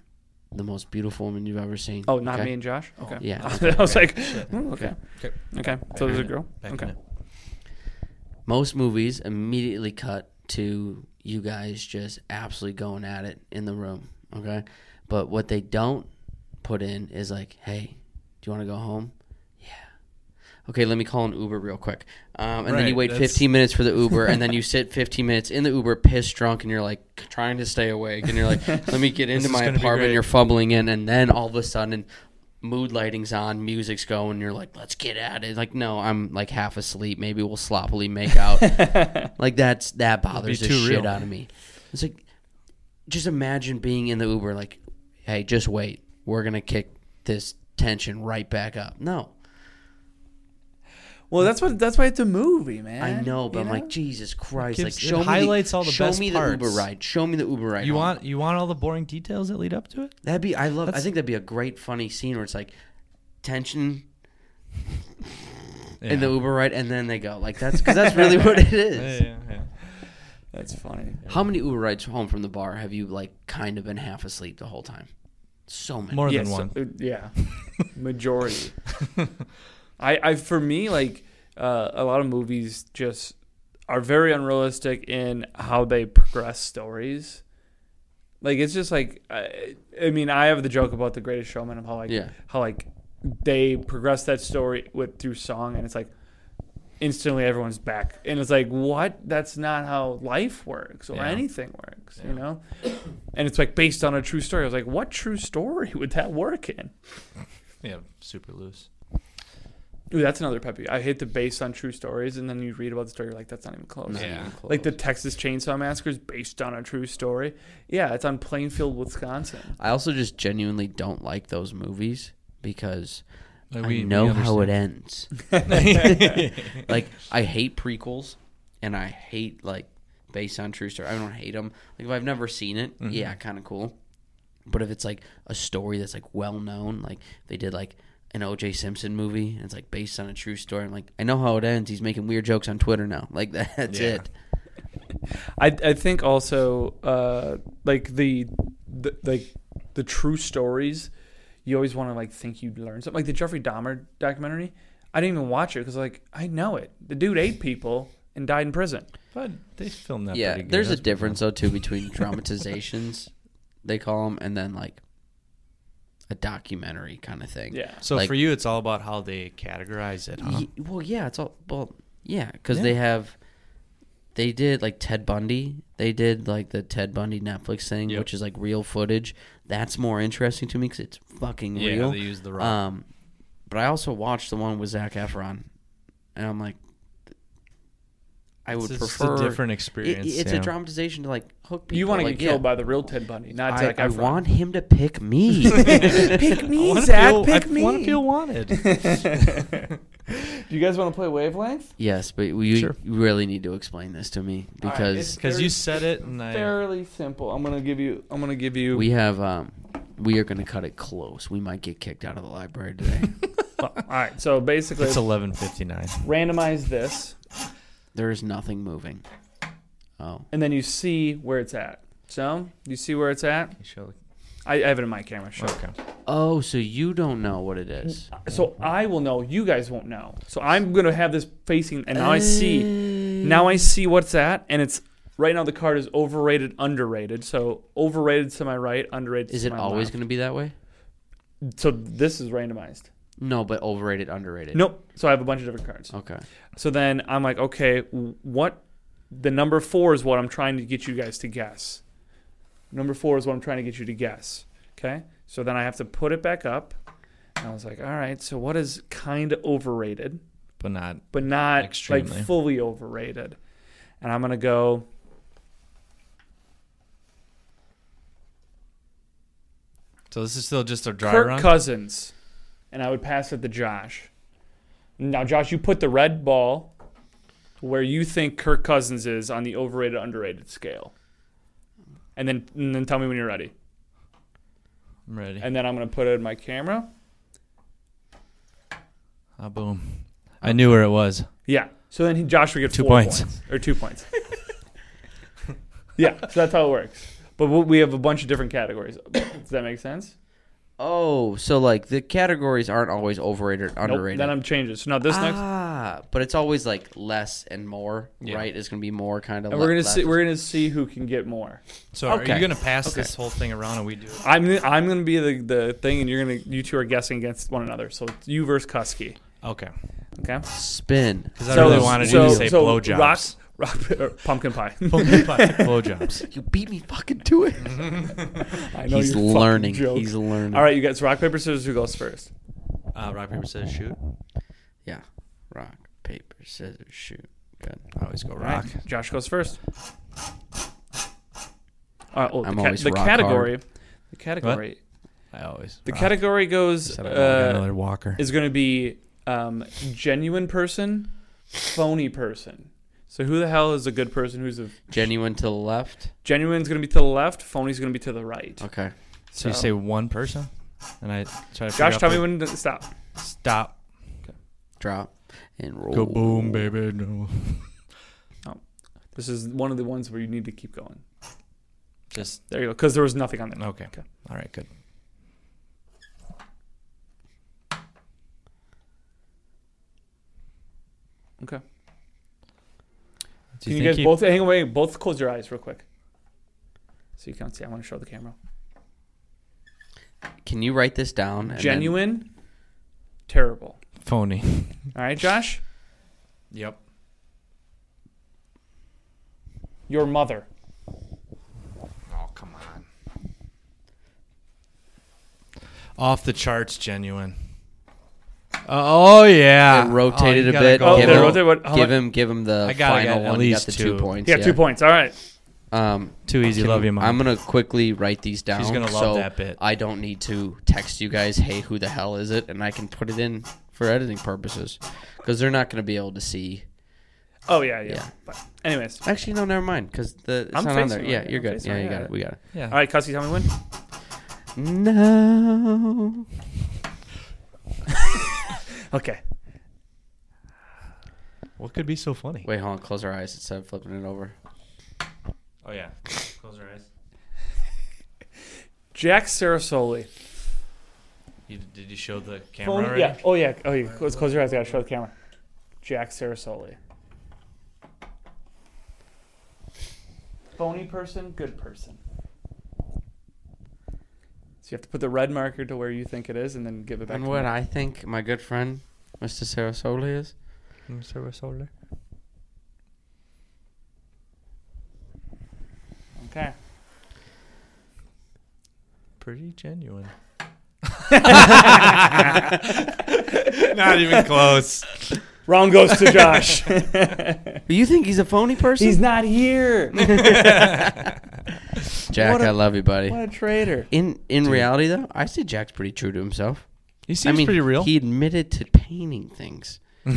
B: the most beautiful woman you've ever seen.
A: Oh, not
B: okay?
A: me and Josh. Okay.
B: yeah.
A: I was like, "Hmm, okay,
C: Okay.
A: okay. So there's a girl.
C: Back in
A: okay.
C: it.
B: Most movies immediately cut to you guys just absolutely going at it in the room, okay? But what they don't put in is like, hey, do you want to go home? okay, let me call an Uber real quick. Um, and then you
D: Right,
B: wait
D: that's-
B: 15 minutes for the Uber, and then you sit 15 minutes in the Uber, pissed drunk, and you're like trying to stay awake. And you're like, let me get into
D: is
B: my
D: gonna be
B: apartment.
D: great.
B: You're fumbling in, and then all of a sudden, mood lighting's on, music's going. You're like, let's get at it. Like, no, I'm like half asleep. Maybe we'll sloppily make out. like, that's that bothers the
D: too
B: shit
D: real.
B: out of me. It's like, just imagine being in the Uber, like, hey, just wait. We're going to kick this tension right back up. No.
A: Well, that's what that's why it's a movie, man.
B: I know, but
A: you
B: I'm like, Jesus Christ!
C: gives-
B: like,
C: it
B: show me
C: highlights
B: the,
C: all the
B: show
C: best
B: me
C: parts.
B: the Uber ride. Show me the Uber ride.
C: You
B: home.
C: want you want all the boring details that lead up to it?
B: That'd be. I love. I think that'd be a great funny scene where it's like tension in the Uber ride, and then they go like that's because that's really what it is.
D: Yeah, yeah.
A: that's funny.
B: How many Uber rides home from the bar have you like kind of been half asleep the whole time? So many.
C: More
A: yes,
C: than one.
A: uh, yeah, majority. I, I for me like uh, a lot of movies just are very unrealistic in how they progress stories. Like it's just like I, I mean I have the joke about the Greatest Showman of how like
B: Yeah.
A: how like they progress that story with through song and it's like instantly everyone's back and it's like what that's not how life works or
C: Yeah.
A: anything works you know and it's like based on a true story i was like what true story would that work in
C: Yeah, super loose.
A: Ooh, that's another peppy. I hate the based on true stories, and then you read about the story, you're like, that's not even close.
B: Not even
A: Like the
B: close.
A: Texas Chainsaw Massacre is based on a true story. Yeah, it's on Plainfield, Wisconsin.
B: I also just genuinely don't like those movies because
C: Like,
B: I know how it ends. like I hate prequels, and I hate like based on true story. I don't hate them. Like if I've never seen it,
C: Mm-hmm.
B: yeah, kind of cool. But if it's like a story that's like well known, like they did like an O.J. Simpson movie, and it's like based on a true story. I'm like, I know how it ends. He's making weird jokes on Twitter now. Like that's
C: Yeah.
B: it.
A: I, I think also uh, like the, the like the true stories, you always want to like think you learn something. Like the Jeffrey Dahmer documentary, I didn't even watch it because like I know it. The dude ate people and died in prison.
C: But they filmed that.
B: yeah,
C: pretty good.
B: there's a
C: That's-
B: difference though too between dramatizations, they call them, and then like a documentary kind of thing.
A: Yeah.
C: So
B: like-
C: for you, it's all about how they categorize it, huh?
B: Ye- well, yeah, it's all well, yeah, because
C: Yeah.
B: they have, they did like Ted Bundy. They did like the Ted Bundy Netflix thing,
C: Yep.
B: which is like real footage. That's more interesting to me because it's fucking
C: Yeah,
B: real.
C: they use the raw.
B: um, but I also watched the one with Zach Efron, and I'm like, I would
C: it's just
B: prefer
C: a different
B: It-
C: experience.
B: it's
C: yeah.
B: a dramatization to like hook people.
A: You want to
B: like,
A: get killed
B: yeah,
A: by the real Ted Bundy, not
B: I,
A: Zach
B: I
A: Efron.
B: want him to pick me.
A: pick
C: I
A: me,
C: wanna
A: Zach.
C: feel-
A: pick
C: I
A: me.
C: want to feel wanted.
A: Do you guys want to play Wavelength?
B: yes, but you
C: Sure.
B: you really need to explain this to me
A: All right,
B: because
A: it's
C: Because
A: very-
C: you said it, and I. uh,
A: fairly simple. I'm gonna give you. I'm gonna give you.
B: We have um we are gonna cut it close. We might get kicked out of the library today.
A: all right. So basically,
C: It's 11:59.
A: randomize this,
B: there is nothing moving. Oh.
A: and then you see where it's at. So you see where it's at. I, I have it in my camera. Sure.
C: Okay.
B: Oh, so you don't know what it is.
A: So I will know. You guys won't know. So I'm gonna have this facing, and now I
B: Eh.
A: see. Now I see what's at, and it's right now. The card is overrated, underrated. So overrated to my right, underrated.
B: Is
A: to
B: it
A: my
B: always
A: left.
B: gonna be that way?
A: So this is randomized.
B: No, but overrated, underrated.
A: Nope. So I have a bunch of different cards.
B: Okay.
A: So then I'm like, okay, w- what? The number four is what I'm trying to get you guys to guess. Number four is what I'm trying to get you to guess. Okay. So then I have to put it back up. And I was like, all right, so what is kind of overrated,
C: But not.
A: but not
C: Extremely.
A: like fully overrated? And I'm going to go.
C: So this is still just a dry
A: Kirk
C: run.
A: Cousins, and I would pass it to Josh. Now, Josh, you put the red ball where you think Kirk Cousins is on the overrated underrated scale, and then and then tell me when you're ready.
C: I'm ready.
A: And then I'm gonna put it in my camera.
C: Ah, boom. I knew where it was.
A: Yeah. So then he, Josh would get
C: Two
A: four
C: points.
A: or two points. yeah. So that's how it works. But we- we have a bunch of different categories. Does that make sense?
B: Oh, so like the categories aren't always overrated or
A: Nope.
B: underrated.
A: Then I'm changing. So now this next.
B: ah, but it's always like less and more,
C: Yeah.
B: right? It's gonna be more kind of.
A: And we're gonna see. We're gonna see who can get more.
C: So are
B: Okay.
C: you gonna pass
B: Okay.
C: this whole thing around and we do it?
A: I'm I'm gonna be the, the thing, and you're gonna you two are guessing against one another. So it's you versus Kusky.
C: Okay.
A: Okay.
B: spin.
C: Because I really wanted you to say blowjobs.
A: Rock, rock, or pumpkin pie.
C: Pumpkin pie. blowjobs.
B: You beat me fucking to it.
A: I know
B: He's
A: you fucking
B: learning.
A: joke.
B: He's learning.
A: All right, you guys. Rock paper scissors. Who goes first?
C: Uh, rock paper scissors shoot.
B: Yeah. Rock, paper, scissors, shoot. Good.
C: I always go
A: All right,
C: rock.
A: Josh goes first. All right, oh,
B: I'm
A: the,
B: always
A: the
B: rock
A: category. The category.
C: I always.
A: The
C: rock.
A: category goes
C: Said I wanted
A: uh,
C: another walker.
A: is going to be um, genuine person, phony person. So who the hell is a good person? Who's a
B: Genuine to the left.
A: Genuine's going to be to the left. Phony's going to be to the right.
B: Okay.
C: So you
A: So-
C: say one person, and I try to. figure
A: um, Josh,
C: out
A: tell me
C: the-
A: when to stop.
C: Stop.
B: Drop and roll.
C: Go
A: Oh.
C: boom, baby. No.
A: This is one of the ones where you need to keep going.
C: Just
A: There you go, because there was nothing on there.
C: okay.
A: Okay.
C: All right, good.
A: Okay.
C: Do
A: Can you,
C: think
A: guys
C: he-
A: both hang away? Both close your eyes real quick, so you can't see. I want to show the camera.
B: Can you write this down? and
A: Genuine, terrible.
C: phony?
A: All right, Josh,
C: Yep.
A: your mother.
C: Oh come on. Off the charts, genuine. oh yeah.
B: It rotated
C: Oh, you
B: a
C: gotta
B: bit.
C: go
A: Oh,
B: Give
A: they
B: him-
A: rotated what?
B: Then
A: How
B: give
A: much-
B: him, give him the
C: I gotta
B: final
C: get at
B: one. You got
C: least
B: the two,
C: two.
B: points.
A: Yeah, two points. All right.
B: Um,
C: Too easy.
B: can-
C: Love you, mom.
B: I'm gonna quickly write these down.
C: She's gonna love
B: so
C: that bit.
B: I don't need to text you guys. Hey, who the hell is it? And I can put it in for editing purposes because they're not gonna be able to see.
A: Oh yeah, yeah.
B: Yeah.
A: But anyways, all
B: Actually, no, never mind. Because the it's
A: I'm
B: not on there.
A: facing
B: Yeah,
A: right.
B: you're
A: I'm
B: good.
A: facing
B: Yeah,
A: right.
B: you got
A: Yeah.
B: it. We got it.
C: yeah.
A: right, Cussy, tell me when.
B: No.
A: Okay.
C: What could be so funny?
B: Wait, hold on. Close our eyes instead of flipping it over.
C: Oh yeah. Close your eyes.
A: Jack Sarasoli.
C: You, did you show the camera
A: Phony,
C: already?
A: yeah. Oh yeah. Oh yeah. Close, close your eyes. I gotta show the camera. Jack Sarasoli. Phony person, good person. So you have to put the red marker to where you think it is, and then give it back.
B: And
A: to
B: what
A: me.
B: I think my good friend, Mr. Sarasoli, is.
C: Mm,
A: Okay.
C: Pretty genuine.
D: Not even close.
A: Wrong goes to Josh.
B: But you think he's a phony person?
A: He's not here.
B: Jack,
A: What
B: I
A: a-
B: love you, buddy.
A: What a traitor.
B: In in reality, though, I see Jack's pretty true to himself.
C: He seems
B: I mean,
C: pretty real.
B: he admitted to painting things.
A: All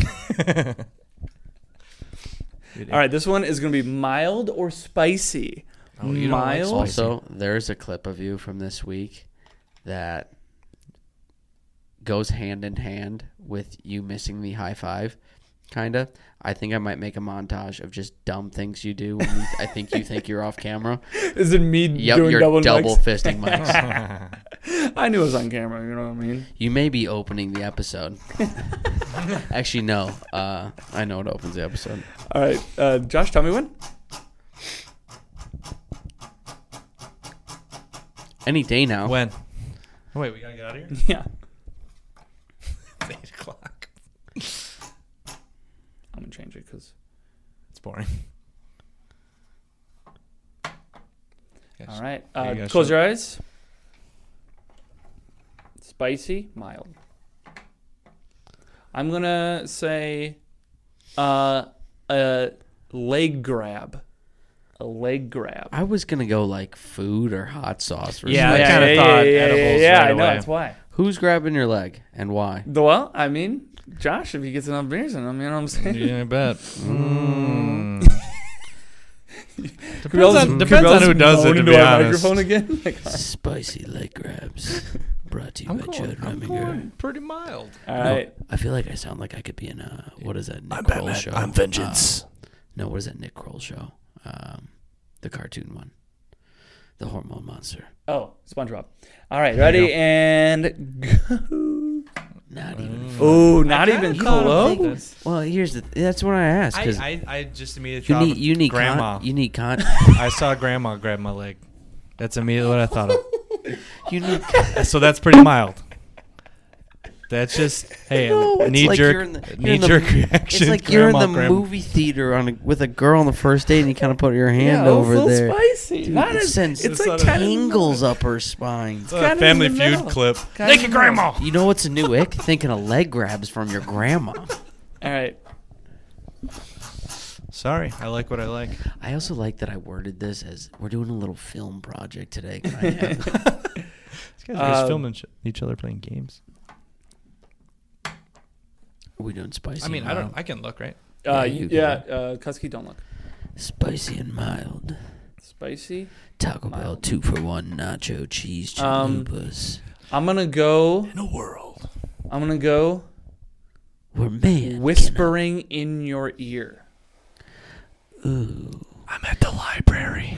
A: right, this one is gonna be mild or spicy.
C: Oh, you don't like
A: Mild?
C: spicy.
B: Also, there's a clip of you from this week that goes hand in hand with you missing the high five, kinda. I think I might make a montage of just dumb things you do when you, I think you think you're off camera.
A: Is it me
B: Yep,
A: doing
B: you're
A: double,
B: double,
A: double
B: fisting mics.
A: I knew it was on camera. You know what I mean?
B: you may be opening the episode. Actually, no. Uh, I know it opens the episode.
A: All right, uh, Josh, tell me when.
B: Any day now.
C: When? Oh, wait, we gotta get out of here.
A: Yeah,
C: It's eight o'clock.
A: I'm gonna change it because.
C: It's boring. Yes.
A: All right,
C: There you
A: uh,
C: go,
A: close
C: show-
A: your eyes. Spicy, mild. I'm gonna say uh, a leg grab. a leg grab.
B: I was gonna go like food or hot sauce. Or
C: Yeah,
B: something.
C: I kinda thought
A: yeah,
C: edibles
A: yeah,
C: right
A: I know
C: away.
A: that's why.
B: Who's grabbing your leg and why?
A: The- Well, I mean, Josh, if he gets enough beers in him, you know what I'm saying.
C: yeah, I bet. Mm.
A: Cabril's-
D: Depends on- depends
A: Cabril's
D: on who does it, to
A: moaning
D: be
A: our
D: honest.
A: microphone again. Like,
B: Spicy leg grabs. Brought to you
C: I'm
B: by
C: going-
B: Judd
C: I'm
B: Reminger.
C: going pretty mild.
A: all
B: No,
A: right,
B: I feel like I sound like I could be in a what is that Nick Kroll show? Uh, no, what is that Nick Kroll show? Um, the cartoon one, the hormone monster.
A: Oh, SpongeBob. All right, ready and go.
B: Not even.
C: Mm.
A: Oh, not
C: kinda
A: even
C: thought of
A: close.
B: Well, here's the. that's what I asked because
C: I, I, I just immediately
B: you
C: thought
B: need
C: of
B: you need
C: grandma.
B: Con, you need con.
C: I saw grandma grab my leg. That's immediately what I thought of.
B: you need.
C: So that's pretty mild. That's just hey
B: No, it's
C: knee
B: like you're in the-
C: jerk
B: you're in
C: knee
B: the-
C: jerk reaction.
B: It's like you're in the
C: Grandma grabbed-
B: movie theater on a, with a girl on the first date, and you kind of put your hand
A: yeah,
B: over
A: it's a
B: there.
A: little spicy.
B: Dude,
A: not
B: it
A: as,
B: sends-
A: it's,
D: It's
A: like
D: not a-
A: kind of
B: Tingles up her spine.
D: Uh,
A: Kinda in
D: Family
A: the
D: Feud
A: middle.
D: clip.
A: Kinda
C: Naked
A: nice.
C: grandma.
B: You know what's a new ick? Thinking of leg grabs from your grandma.
A: All right.
C: Sorry, I like what I like.
B: I also like that I worded this as we're doing a little film project today. Can I have-
C: These guys are
B: Uh,
C: just
A: Um,
C: filming sh- each other playing games.
B: Are we doing spicy?
C: I mean,
B: and
C: I don't.
B: mild?
C: I can look right.
A: Uh,
B: Yeah,
A: you-
B: you
A: yeah,
B: can.
A: uh, Kusky, don't look
B: Spicy and mild.
A: spicy.
B: Taco Bell
A: Mild.
B: two for one nacho cheese
A: Um,
B: chalupas.
A: I'm gonna go.
C: In a world.
A: I'm gonna go.
B: we're man.
A: Whispering in your ear.
B: cannot- Ooh.
C: I'm at the library.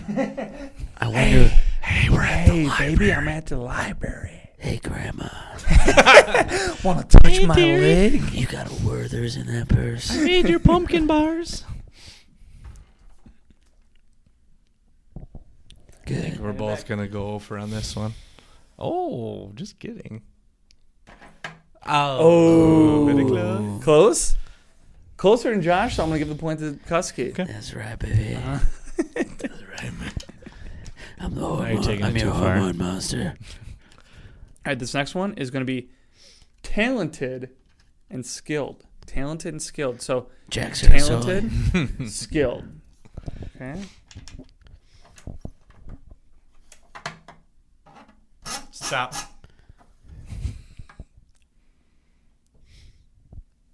B: I wonder. Hey,
C: Hey, we're at the library.
A: baby, I'm at the library.
B: grandma.
A: Wanna touch my
B: leg. You got a Werther's in that purse.
C: Need your pumpkin bars.
B: Good.
C: We're both gonna go over on this one. Oh, just kidding.
A: Oh,
C: very close.
A: close, closer than Josh. So I'm gonna give the point to Kusky.
C: Okay.
B: That's right, baby.
A: Uh-huh.
B: That's right, man. I'm the
C: you're
B: hormone.
C: taking
B: I'm
C: it
B: your
C: too far.
B: hormone monster.
A: All right, this next one is going to be talented and skilled. Talented and skilled. So
B: Jack's
A: talented, skilled. Okay.
D: Stop.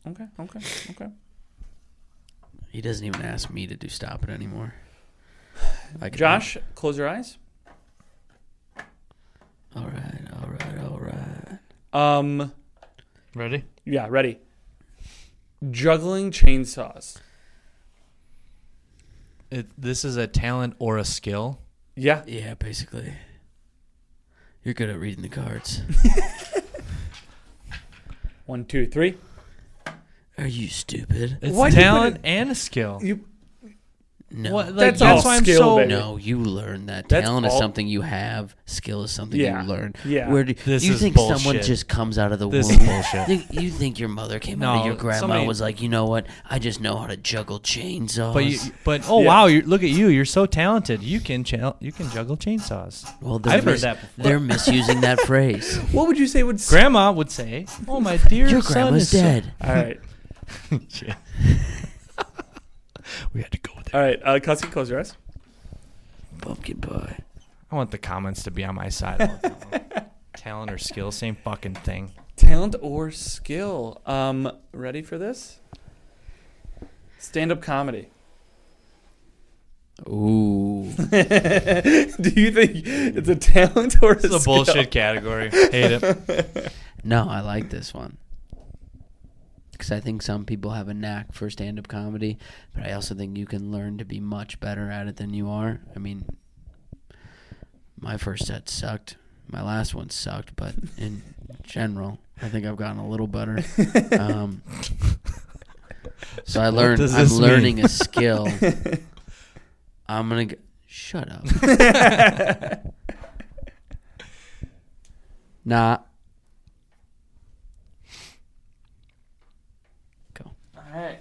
A: Okay. Okay. Okay.
B: He doesn't even ask me to do stop it anymore. Like
A: Josh, close your eyes.
B: All right, all right, all right.
A: Um.
C: Ready?
A: Yeah. Ready. Juggling chainsaws.
C: It, this is a talent or a skill.
A: Yeah.
B: Yeah, basically. You're good at reading the cards.
A: One, two, three.
B: Are you stupid?
C: It's
A: Why'd you put
C: talent
A: it-
C: and a skill.
A: You.
B: No.
C: What, like,
A: That's all
C: that's why I'm
A: skill,
C: so.
A: baby.
B: No, you learn that
A: That's
B: talent is
A: all-
B: something you have. Skill is something
A: Yeah.
B: you learn.
A: Yeah.
B: Where do
C: This
B: you
C: is
B: think someone
C: bullshit.
B: just comes out of the
C: This is
B: womb?
C: bullshit.
B: Think- you think your mother came out of
C: No,
B: your grandma
C: somebody-
B: was like, you know what? I just know how to juggle chainsaws.
C: But you, but oh
A: Yeah.
C: wow, you look at you. You're so talented. You can chal- you can juggle chainsaws.
B: well, they're
C: I've heard
B: mis-
C: that before.
B: They're misusing that phrase.
A: What would you say would?
C: Grandma would say, "Oh my dear
B: Your
C: son
B: grandma's
C: is so-"
B: dead.
A: all right.
C: Shit. we had to go with it.
A: All right. Uh, Kusky, close your eyes.
B: Pumpkin pie.
C: I want the comments to be on my side. I love that one. Talent or skill, same fucking thing.
A: Talent or skill? Um, ready for this? Stand-up comedy.
B: Ooh.
A: Do you think it's a talent or a
C: This is a
A: skill?
C: bullshit category. Hate it.
B: No, I like this one. Because I think some people have a knack for stand up comedy, but I also think you can learn to be much better at it than you are. I mean, my first set sucked. My last one sucked, but in general, I think I've gotten a little better. Um, so I learned.
C: does
B: I'm
C: this mean?
B: learning a skill. I'm gonna go, shut up. nah. Go.
A: All right.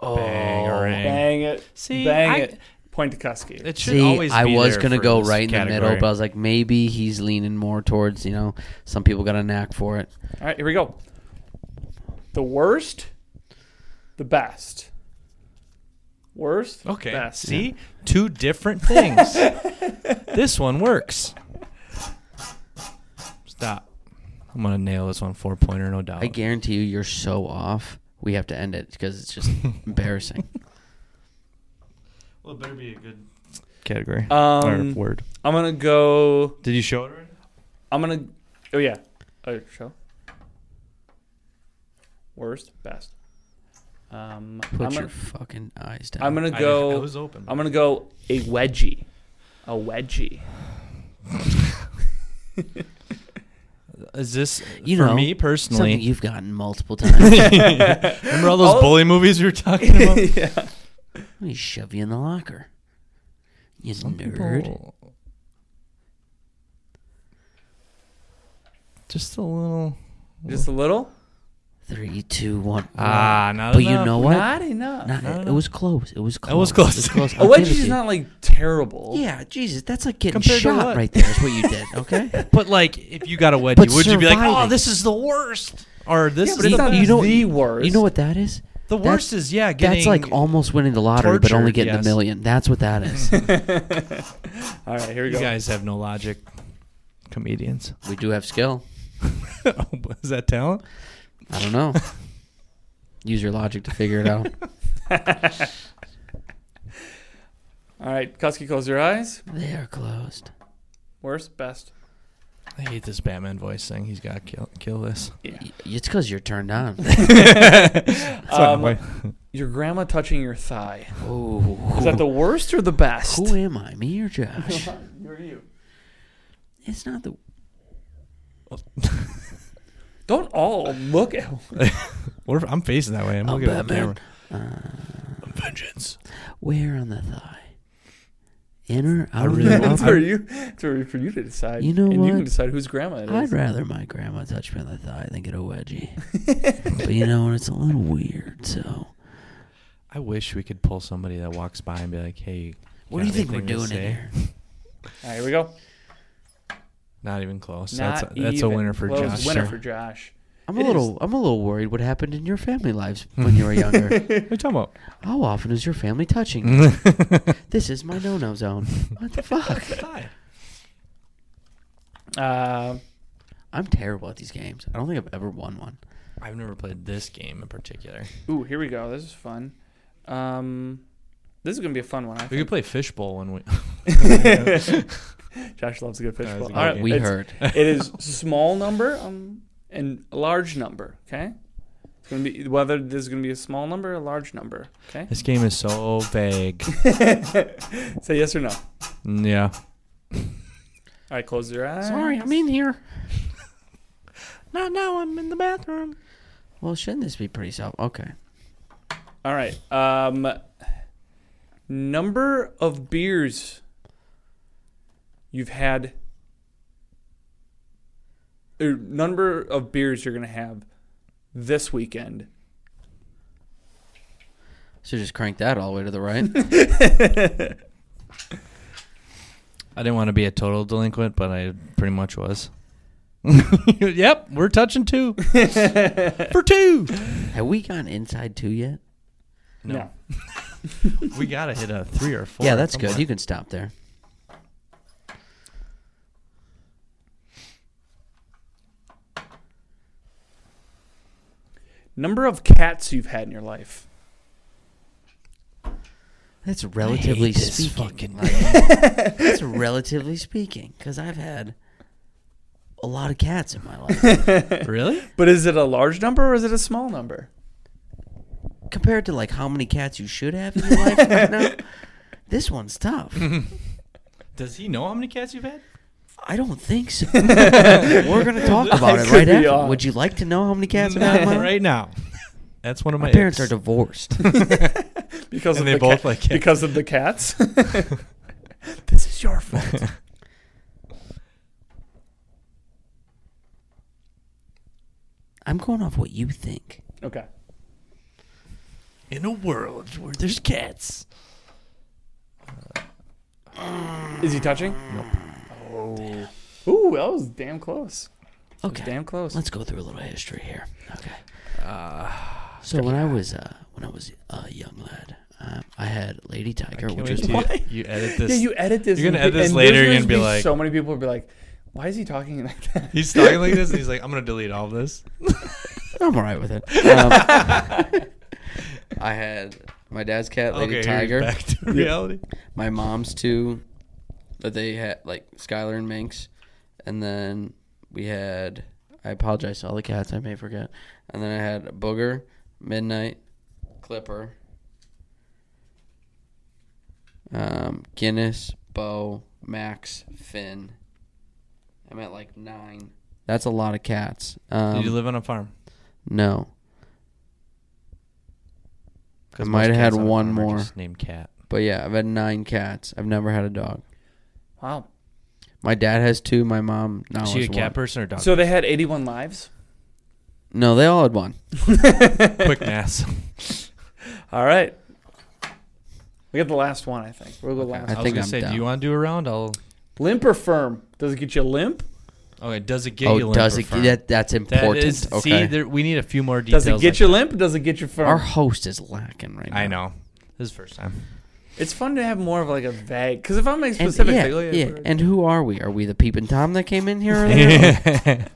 B: Oh,
C: Bangarang.
A: Bang it.
C: See,
A: Bang
C: I-
A: it. Point to Kusky.
C: It should
B: See,
C: always.
B: I
C: be
B: was
C: there
B: gonna
C: for
B: go
C: this
B: right in the middle,
C: category.
B: but I was like, maybe he's leaning more towards you know, some people got a knack for it.
A: All right, here we go. The worst, the best. Worst.
D: Okay.
A: Best.
D: See?
C: Two different things. this one works. Stop. I'm gonna nail this one four pointer, no doubt.
B: I guarantee you, you're so off. We have to end it because it's just embarrassing.
C: Well, it better be a good category
A: Um,
C: word.
A: I'm gonna go.
C: Did you show it already?
A: I'm gonna. Oh yeah. Oh show. Worst. Best. Um,
B: Put
A: I'm
B: your
A: gonna,
B: fucking eyes down.
A: I'm gonna
C: I-
A: go.
C: I was open.
A: I'm gonna go a wedgie. A wedgie.
C: Is this
B: You
C: for
B: know,
C: me
B: Something
C: personally?
B: you've gotten multiple times. Let
C: Remember all those
A: All-
C: bully movies we were talking about?
A: yeah.
B: me shove you in the locker. You nerd.
C: Just a little.
A: Just a little.
B: Three, two, one.
C: Ah, not
B: But you
C: enough.
B: know what?
A: Not enough.
B: Not-
C: no,
B: it
C: no.
B: was close. It was close.
C: was
B: It was
C: close.
B: close.
A: A
B: I'll give it to
A: wedgie's
B: you.
A: not like terrible.
B: Yeah, Jesus, that's like getting
C: Compared to
B: shot
C: what?
B: right there. Is what you did. Okay.
C: But like, if you got a wedgie,
B: But
C: would you be like, "Oh,
B: surviving.
C: this is the worst," or "This
A: Yeah,
C: is
A: but it's
C: the
A: not
C: best.
B: you know,
A: the worst.
B: You know what that is?
C: the
B: that's-
C: worst?" Is yeah, getting
B: that's like almost winning the lottery, but only
C: tortured,
B: getting
C: yes.
B: a million. That's what that is.
A: All right, here we
C: You
A: go.
C: guys have no logic, comedians.
B: we do have skill.
C: is that talent?
B: I don't know. Use your logic to figure it out.
A: All right, Kusky, close your eyes.
B: they are closed.
A: Worst, best.
C: I hate this Batman voice thing. He's got to kill, kill this.
B: Y- It's because you're turned on.
A: Um, your grandma touching your thigh.
B: Oh,
A: Is that the worst or the best?
B: who am I, me or Josh?
A: You're you.
B: it's not the.
A: Don't all look at.
C: What if I'm facing that way? I'm
B: Oh,
C: looking at the camera.
B: Batman. Uh,
C: Vengeance.
B: where on the thigh? Inner, outer.
C: really
B: upper?
A: That's for you. It's for for you to decide.
B: You know
A: and you
B: what?
A: can decide whose grandma it
B: I'd
A: is.
B: rather my grandma touch me on the thigh than get a wedgie. but you know, it's a little weird. So,
C: I wish we could pull somebody that walks by and be like, "Hey,
B: what do you
C: got
B: think we're
C: anything to
B: doing in
C: say?"
B: here?
A: All right, here we go.
C: Not even close.
A: Not
C: that's a, that's a
A: even
C: winner for
A: close.
C: Josh.
A: Winner
B: Sure.
A: for Josh.
B: I'm
A: It
B: a
A: is-
B: little, I'm a little worried. What happened in your family lives when you were younger?
C: What are you talking about?
B: How often is your family touching? you? this is my no-no zone. What the fuck?
A: Uh,
B: I'm terrible at these games. I don't think I've ever won one.
C: I've never played this game in particular.
A: ooh, here we go. This is fun. Um, this is gonna be a fun one. I
C: We
A: think.
C: could play fishbowl when we.
A: Josh loves a good
C: That
A: fishbowl.
C: was a good
A: All right,
C: game.
B: We
A: it's-
B: heard.
A: it is small number um, and a large number. Okay, it's gonna be whether this is gonna be a small number or a large number. Okay,
C: This game is so vague.
A: say yes or no. All
C: yeah.
A: right, close your eyes.
B: Sorry, I'm in here.
C: Not now. I'm in the bathroom.
B: Well, shouldn't this be pretty self? Okay.
A: All right. Um, number of beers you've had. Or number of beers you're gonna have this weekend.
B: So just crank that all the way to the right.
C: I didn't want to be a total delinquent, but I pretty much was. yep, we're touching two for two.
B: Have we gone inside two yet?
A: No.
C: we gotta hit a three or four.
B: yeah, that's
C: Come
B: good.
C: on.
B: You can stop there.
A: Number of cats you've had in your life.
B: That's relatively
C: hate this
B: speaking.
C: fucking-
B: like, that's relatively speaking, because I've had a lot of cats in my life
C: really?
A: But is it a large number or is it a small number?
B: compared to like how many cats you should have in your life right now. This one's tough.
C: Hmm. Does he know how many cats you've had?
B: I don't think so. We're gonna talk about it
A: could
B: right
A: be
B: after.
A: off.
B: Would you like to know how many cats I have in my life?
C: right now. That's one of my,
B: My parents are
C: icks.
B: divorced.
A: Because of
C: And they
A: the
C: both
A: ca-
C: like cats.
A: because of the cats. this is your fault.
B: I'm going off what you think.
A: Okay.
C: in a world where there's cats.
A: Is he touching? Nope. Oh. Ooh, that was damn close. That was
B: Okay.
A: Damn close.
B: Let's go through a little uh, history here. Okay. so when I was uh, when I was a young lad, I Um, I had Lady Tiger,
C: can't
B: which
C: wait
B: was
C: to-
B: my,
A: Why?
C: You edit this.
A: yeah, you edit this.
D: You're gonna
A: and-
D: edit this
A: and
D: later,
A: there's
D: you're gonna be
A: be
D: like-
A: so many people will be like, "Why is he talking like that?"
D: He's talking like this, and he's like, "I'm gonna delete all this."
B: I'm all right with it. Um, I had my dad's cat, Lady
D: okay,
B: Tiger.
D: Tiger. back to reality.
B: my mom's two that they had like Skylar and Minx, and then we had I apologize to all the cats I may forget, and then I had Booger, Midnight, Clipper, um, Guinness, Bo, Max, Finn. I'm at like nine. That's a lot of cats. Um,
C: Did you live on a farm?
B: no,
C: 'Cause
B: I might have
C: most
B: had
C: cats on a
B: one
C: farm are
B: more.
C: Just named cat.
B: but yeah, I've had nine cats. I've never had a dog.
A: Wow.
B: My dad has two. My mom now
C: Is
B: has
C: she a
B: one.
C: cat person or a dog?
A: So they had 81 lives.
B: No, they all had one.
C: Quick mass.
A: All right. We got the last one, I think. We'll go last.
B: I
C: I, was
B: think
C: gonna
B: I'm
C: say,
B: down.
C: do you want to do a round? I'll.
A: Limp or firm? Does it get you limp?
C: Okay, does it get you?
B: Oh,
C: limp
B: does
C: or
B: it?
C: firm?
B: That, that's important.
C: That is, see,
B: okay.
C: there, we need a few more details.
A: Does it
C: like
A: get you limp? Or does it get you firm?
B: Our host is lacking right now.
C: I know. This is the first time.
A: It's fun to have more of like a vague. Because if I'm like
B: And,
A: specific,
B: yeah,
A: like, oh, yeah,
B: yeah.
A: we're-
B: And who are we? Are we the peeping Tom that came in here? earlier?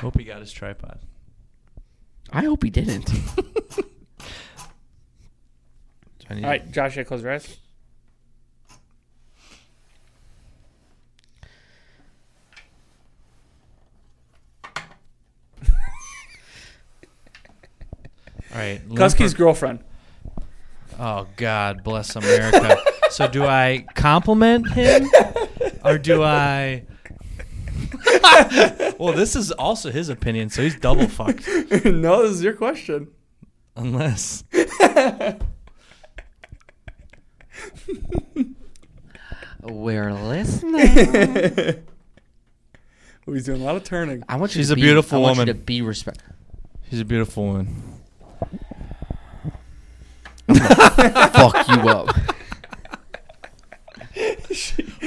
C: Hope he got his tripod.
B: I hope he didn't.
C: I need
A: all right, Josh, yeah, close your eyes.
C: All right.
A: Kusky's
C: Linford-
A: girlfriend.
C: Oh God, bless America. so do I compliment him, or do I? well, this is also his opinion, so he's double fucked.
A: no, this is your question.
C: Unless
B: We're listening.
A: Oh, He's doing a lot of turning.
B: I want you
D: She's
B: to
D: a
B: be,
D: beautiful
B: I want you
D: woman.
B: to be respect.
C: he's a beautiful woman.
B: Fuck you up.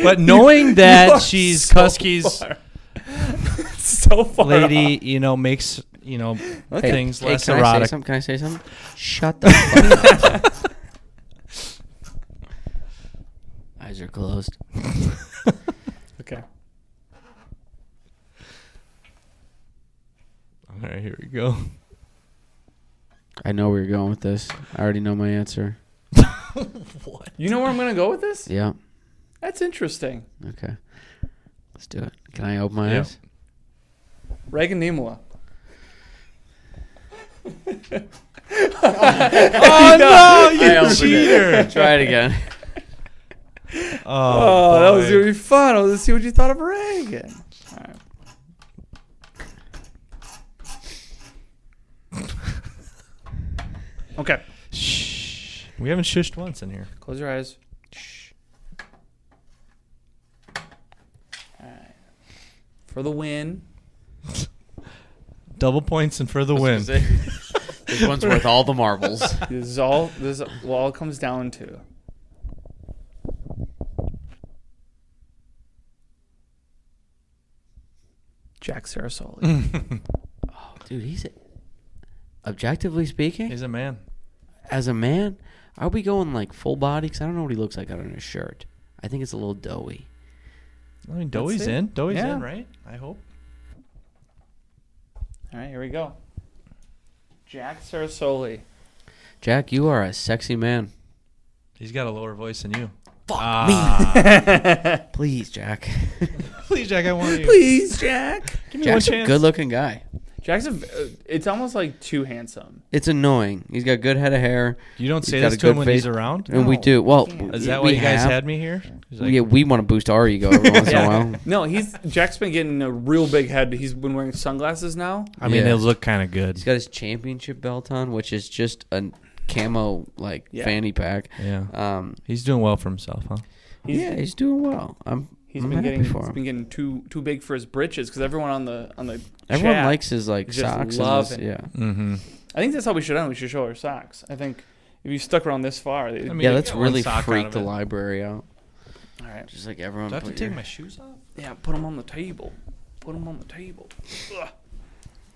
C: But knowing
A: You are
C: that she's
A: so
C: Kusky's
A: far. so far.
C: lady, you know, makes you know
B: Hey,
C: things
B: hey,
C: less
B: can I say
C: erotic.
B: something? Can I say something? Shut the fuck up. Eyes are closed.
A: off. Okay.
C: All right, here we go.
B: I know where you're going with this. I already know my answer.
A: You know where I'm going to go with this?
B: Yeah.
A: That's interesting.
B: Okay. Let's do it. Can I open my
C: Yeah.
B: eyes?
A: Reagan Nimula.
C: Oh
B: I opened it.
C: cheater!
B: Try it again.
C: Oh,
A: Oh, that was
C: boy.
A: going to be fun. I was going to see what you thought of Reagan. All right. Okay.
C: Shh. We haven't shushed once in here.
A: Close your eyes. Shh. All right. For the win.
C: Double points and for the win.
B: this one's worth all the marbles.
A: This is all this is what all it comes down to. Jack Sarasoli.
B: Mm. Dude, he's objectively speaking,
C: He's a man.
B: as a man, are we going like full body? Because I don't know what he looks like under his shirt. I think it's a little doughy.
C: I mean, Doey's
A: it.
C: in. Doey's
A: Yeah.
C: in, right? I hope.
A: All right, here we go. Jack Sarasoli.
B: Jack, you are a sexy man.
C: He's got a lower voice than you.
B: Fuck
C: Ah.
B: me, please, Jack.
C: Please, Jack, I want you.
A: Please, Jack.
C: Give me
B: Jack's
C: one
B: a
C: chance.
B: good-looking guy.
A: Jack's a, v- uh, it's almost like too handsome.
B: It's annoying. He's got good head of hair,
C: You don't say
B: He's got
C: this
B: a
C: to him
B: good
C: when he's
B: face.
C: around?
B: and we
A: No,
B: do well.
A: can't.
C: Is that
B: we
C: why you guys
B: have-
C: had me here? He's like,
B: yeah, we want to boost our ego every once in a
A: Yeah.
B: while.
A: No, he's Jack's been getting a real big head. He's been wearing sunglasses now.
C: I mean,
B: Yeah.
C: they look kind of good.
B: He's got his championship belt on, which is just a camo like
A: Yeah.
B: fanny pack.
C: Yeah.
B: Um,
C: He's doing well for himself, huh?
A: He's,
B: yeah, he's doing well. I'm.
A: he's
B: I'm
A: been
B: happy
A: getting
B: for
A: he's
B: him.
A: been getting too too big for his britches because everyone on the on the
B: Everyone
A: chat-
B: likes his like
A: just
B: socks. and
A: love
B: his-
A: it.
B: yeah.
C: Mm-hmm.
A: I think that's how we should end. We should show our socks. I think if you stuck around this far, they,
C: I mean,
B: yeah,
C: you
B: let's
C: got one
B: really
C: sock out
B: freak
C: of
B: the
C: it.
B: library out.
A: all right.
B: Just like everyone.
C: Do I have to
B: put
C: take
B: your-
C: my shoes off?
A: Yeah, put them on the table. Put them on the table.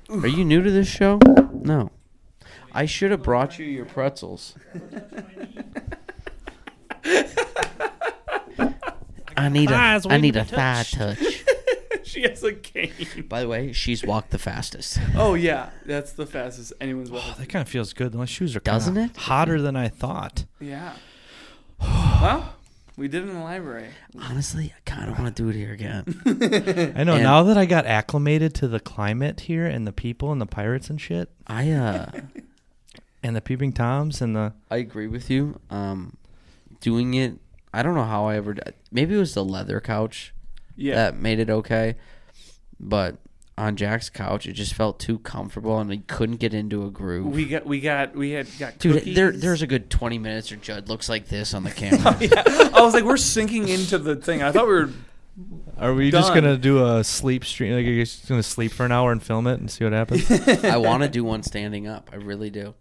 B: Are you new to this show? No. I should have brought you your pretzels. I need a
D: Thighs
B: I need a
D: waiting to be
B: thigh touch.
A: she has a cane.
B: By the way, she's walked the fastest.
A: Oh yeah, that's the fastest anyone's walked.
C: Oh, that kind of feels good. My shoes are
B: Doesn't
C: kinda
B: it?
C: hotter than I thought.
A: Yeah. well, we did it in the library.
B: Honestly, I kind of want to do it here again.
C: I know.
B: And-
C: now that I got acclimated to the climate here and the people and the pirates and shit
B: I uh
C: and the peeping toms and the
B: I agree with you. Um doing it, I don't know how I ever did. Maybe it was the leather couch
A: Yeah.
B: that made it okay. But on Jack's couch, it just felt too comfortable and I couldn't get into a groove.
A: we got we got we had got
B: Dude,
A: cookies. Oh,
B: there, there's a good 20 minutes or Judd looks like this on the camera.
A: I was like, we're sinking into the thing. I thought we were.
C: Are we just
A: Done.
C: gonna do a sleep stream? Like, are you just gonna sleep for an hour and film it and see what happens?
B: I want to do one standing up. I really do.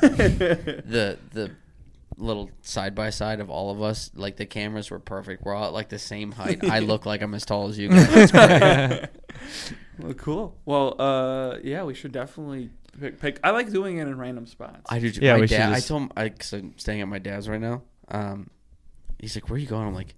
B: the the little side by side of all of us, like the cameras were perfect. We're all at like the same height. I look like I'm as tall as you guys.
A: Well, cool. Well, uh, yeah, we should definitely pick. pick. I like doing it in random spots.
B: I do. too.
C: Yeah,
B: my
C: we should
B: dad. I
C: just-
B: told him I, cause I'm staying at my dad's right now. Um, he's like, "Where are you going?" I'm like,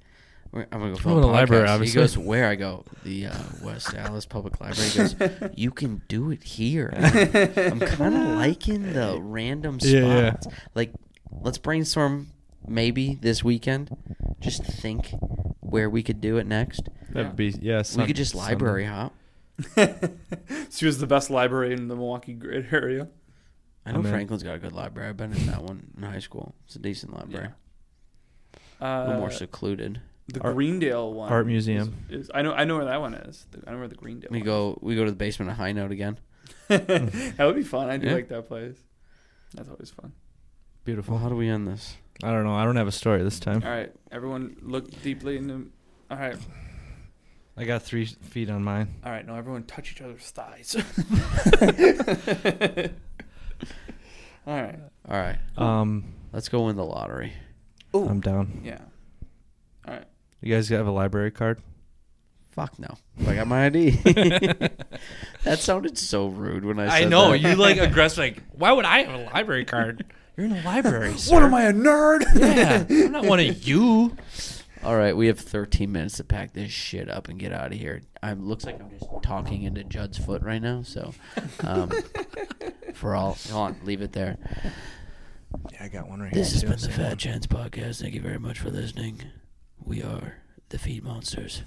B: "Where- "I'm gonna go film
C: Going
B: a
C: to the library,
B: podcast."
C: obviously.
B: He goes, "Where?" I go, "The uh, West Dallas Public Library." He goes, "You can do it here." I'm kind of liking the random spots.
C: Yeah, yeah.
B: Like, let's brainstorm. Maybe this weekend, just think where we could do it next.
A: Yeah.
C: That'd be yeah.
B: we could just library hop.
A: she was the best library in the Milwaukee grid area.
B: I know
C: I'm in.
B: Franklin's got a good library. I've been in that one in high school. It's a decent library.
A: Uh,
B: A little more secluded.
A: the
C: Art-
A: Greendale one.
C: Art museum.
A: Is, is, I know. I know where that one is. The- I know where the Greendale.
B: We
A: one
B: go we go to the basement of High Note again.
A: that would be fun. I do
B: Yeah.
A: like that place. That's always fun.
B: Well,
C: Beautiful.
B: how do we end this?
C: I don't know. I don't have a story this time.
A: All right, everyone, look deeply in the. All right,
C: I got three feet on mine.
A: all right. No, everyone, touch each other's thighs. all right.
B: All right,
C: Um,
B: let's go win the lottery.
A: Ooh.
C: I'm down.
A: Yeah. All right.
C: You guys have a library card?
B: Fuck no, I got my ID. that sounded so rude when I
D: I
B: said
D: know
B: that.
D: you like aggressive. Like, why would I have a library card?
C: You're in a library.
A: What am I a nerd?
D: Yeah, I'm not one of you.
B: All right, we have 13 minutes to pack this shit up and get out of here. I looks like I'm just talking into Judd's foot right now. So, um, for all, go on, leave it there.
C: Yeah, I got one right
B: This has
C: here.
B: been the Fat Chance Podcast. Thank you very much for listening. We are the Feed Monsters.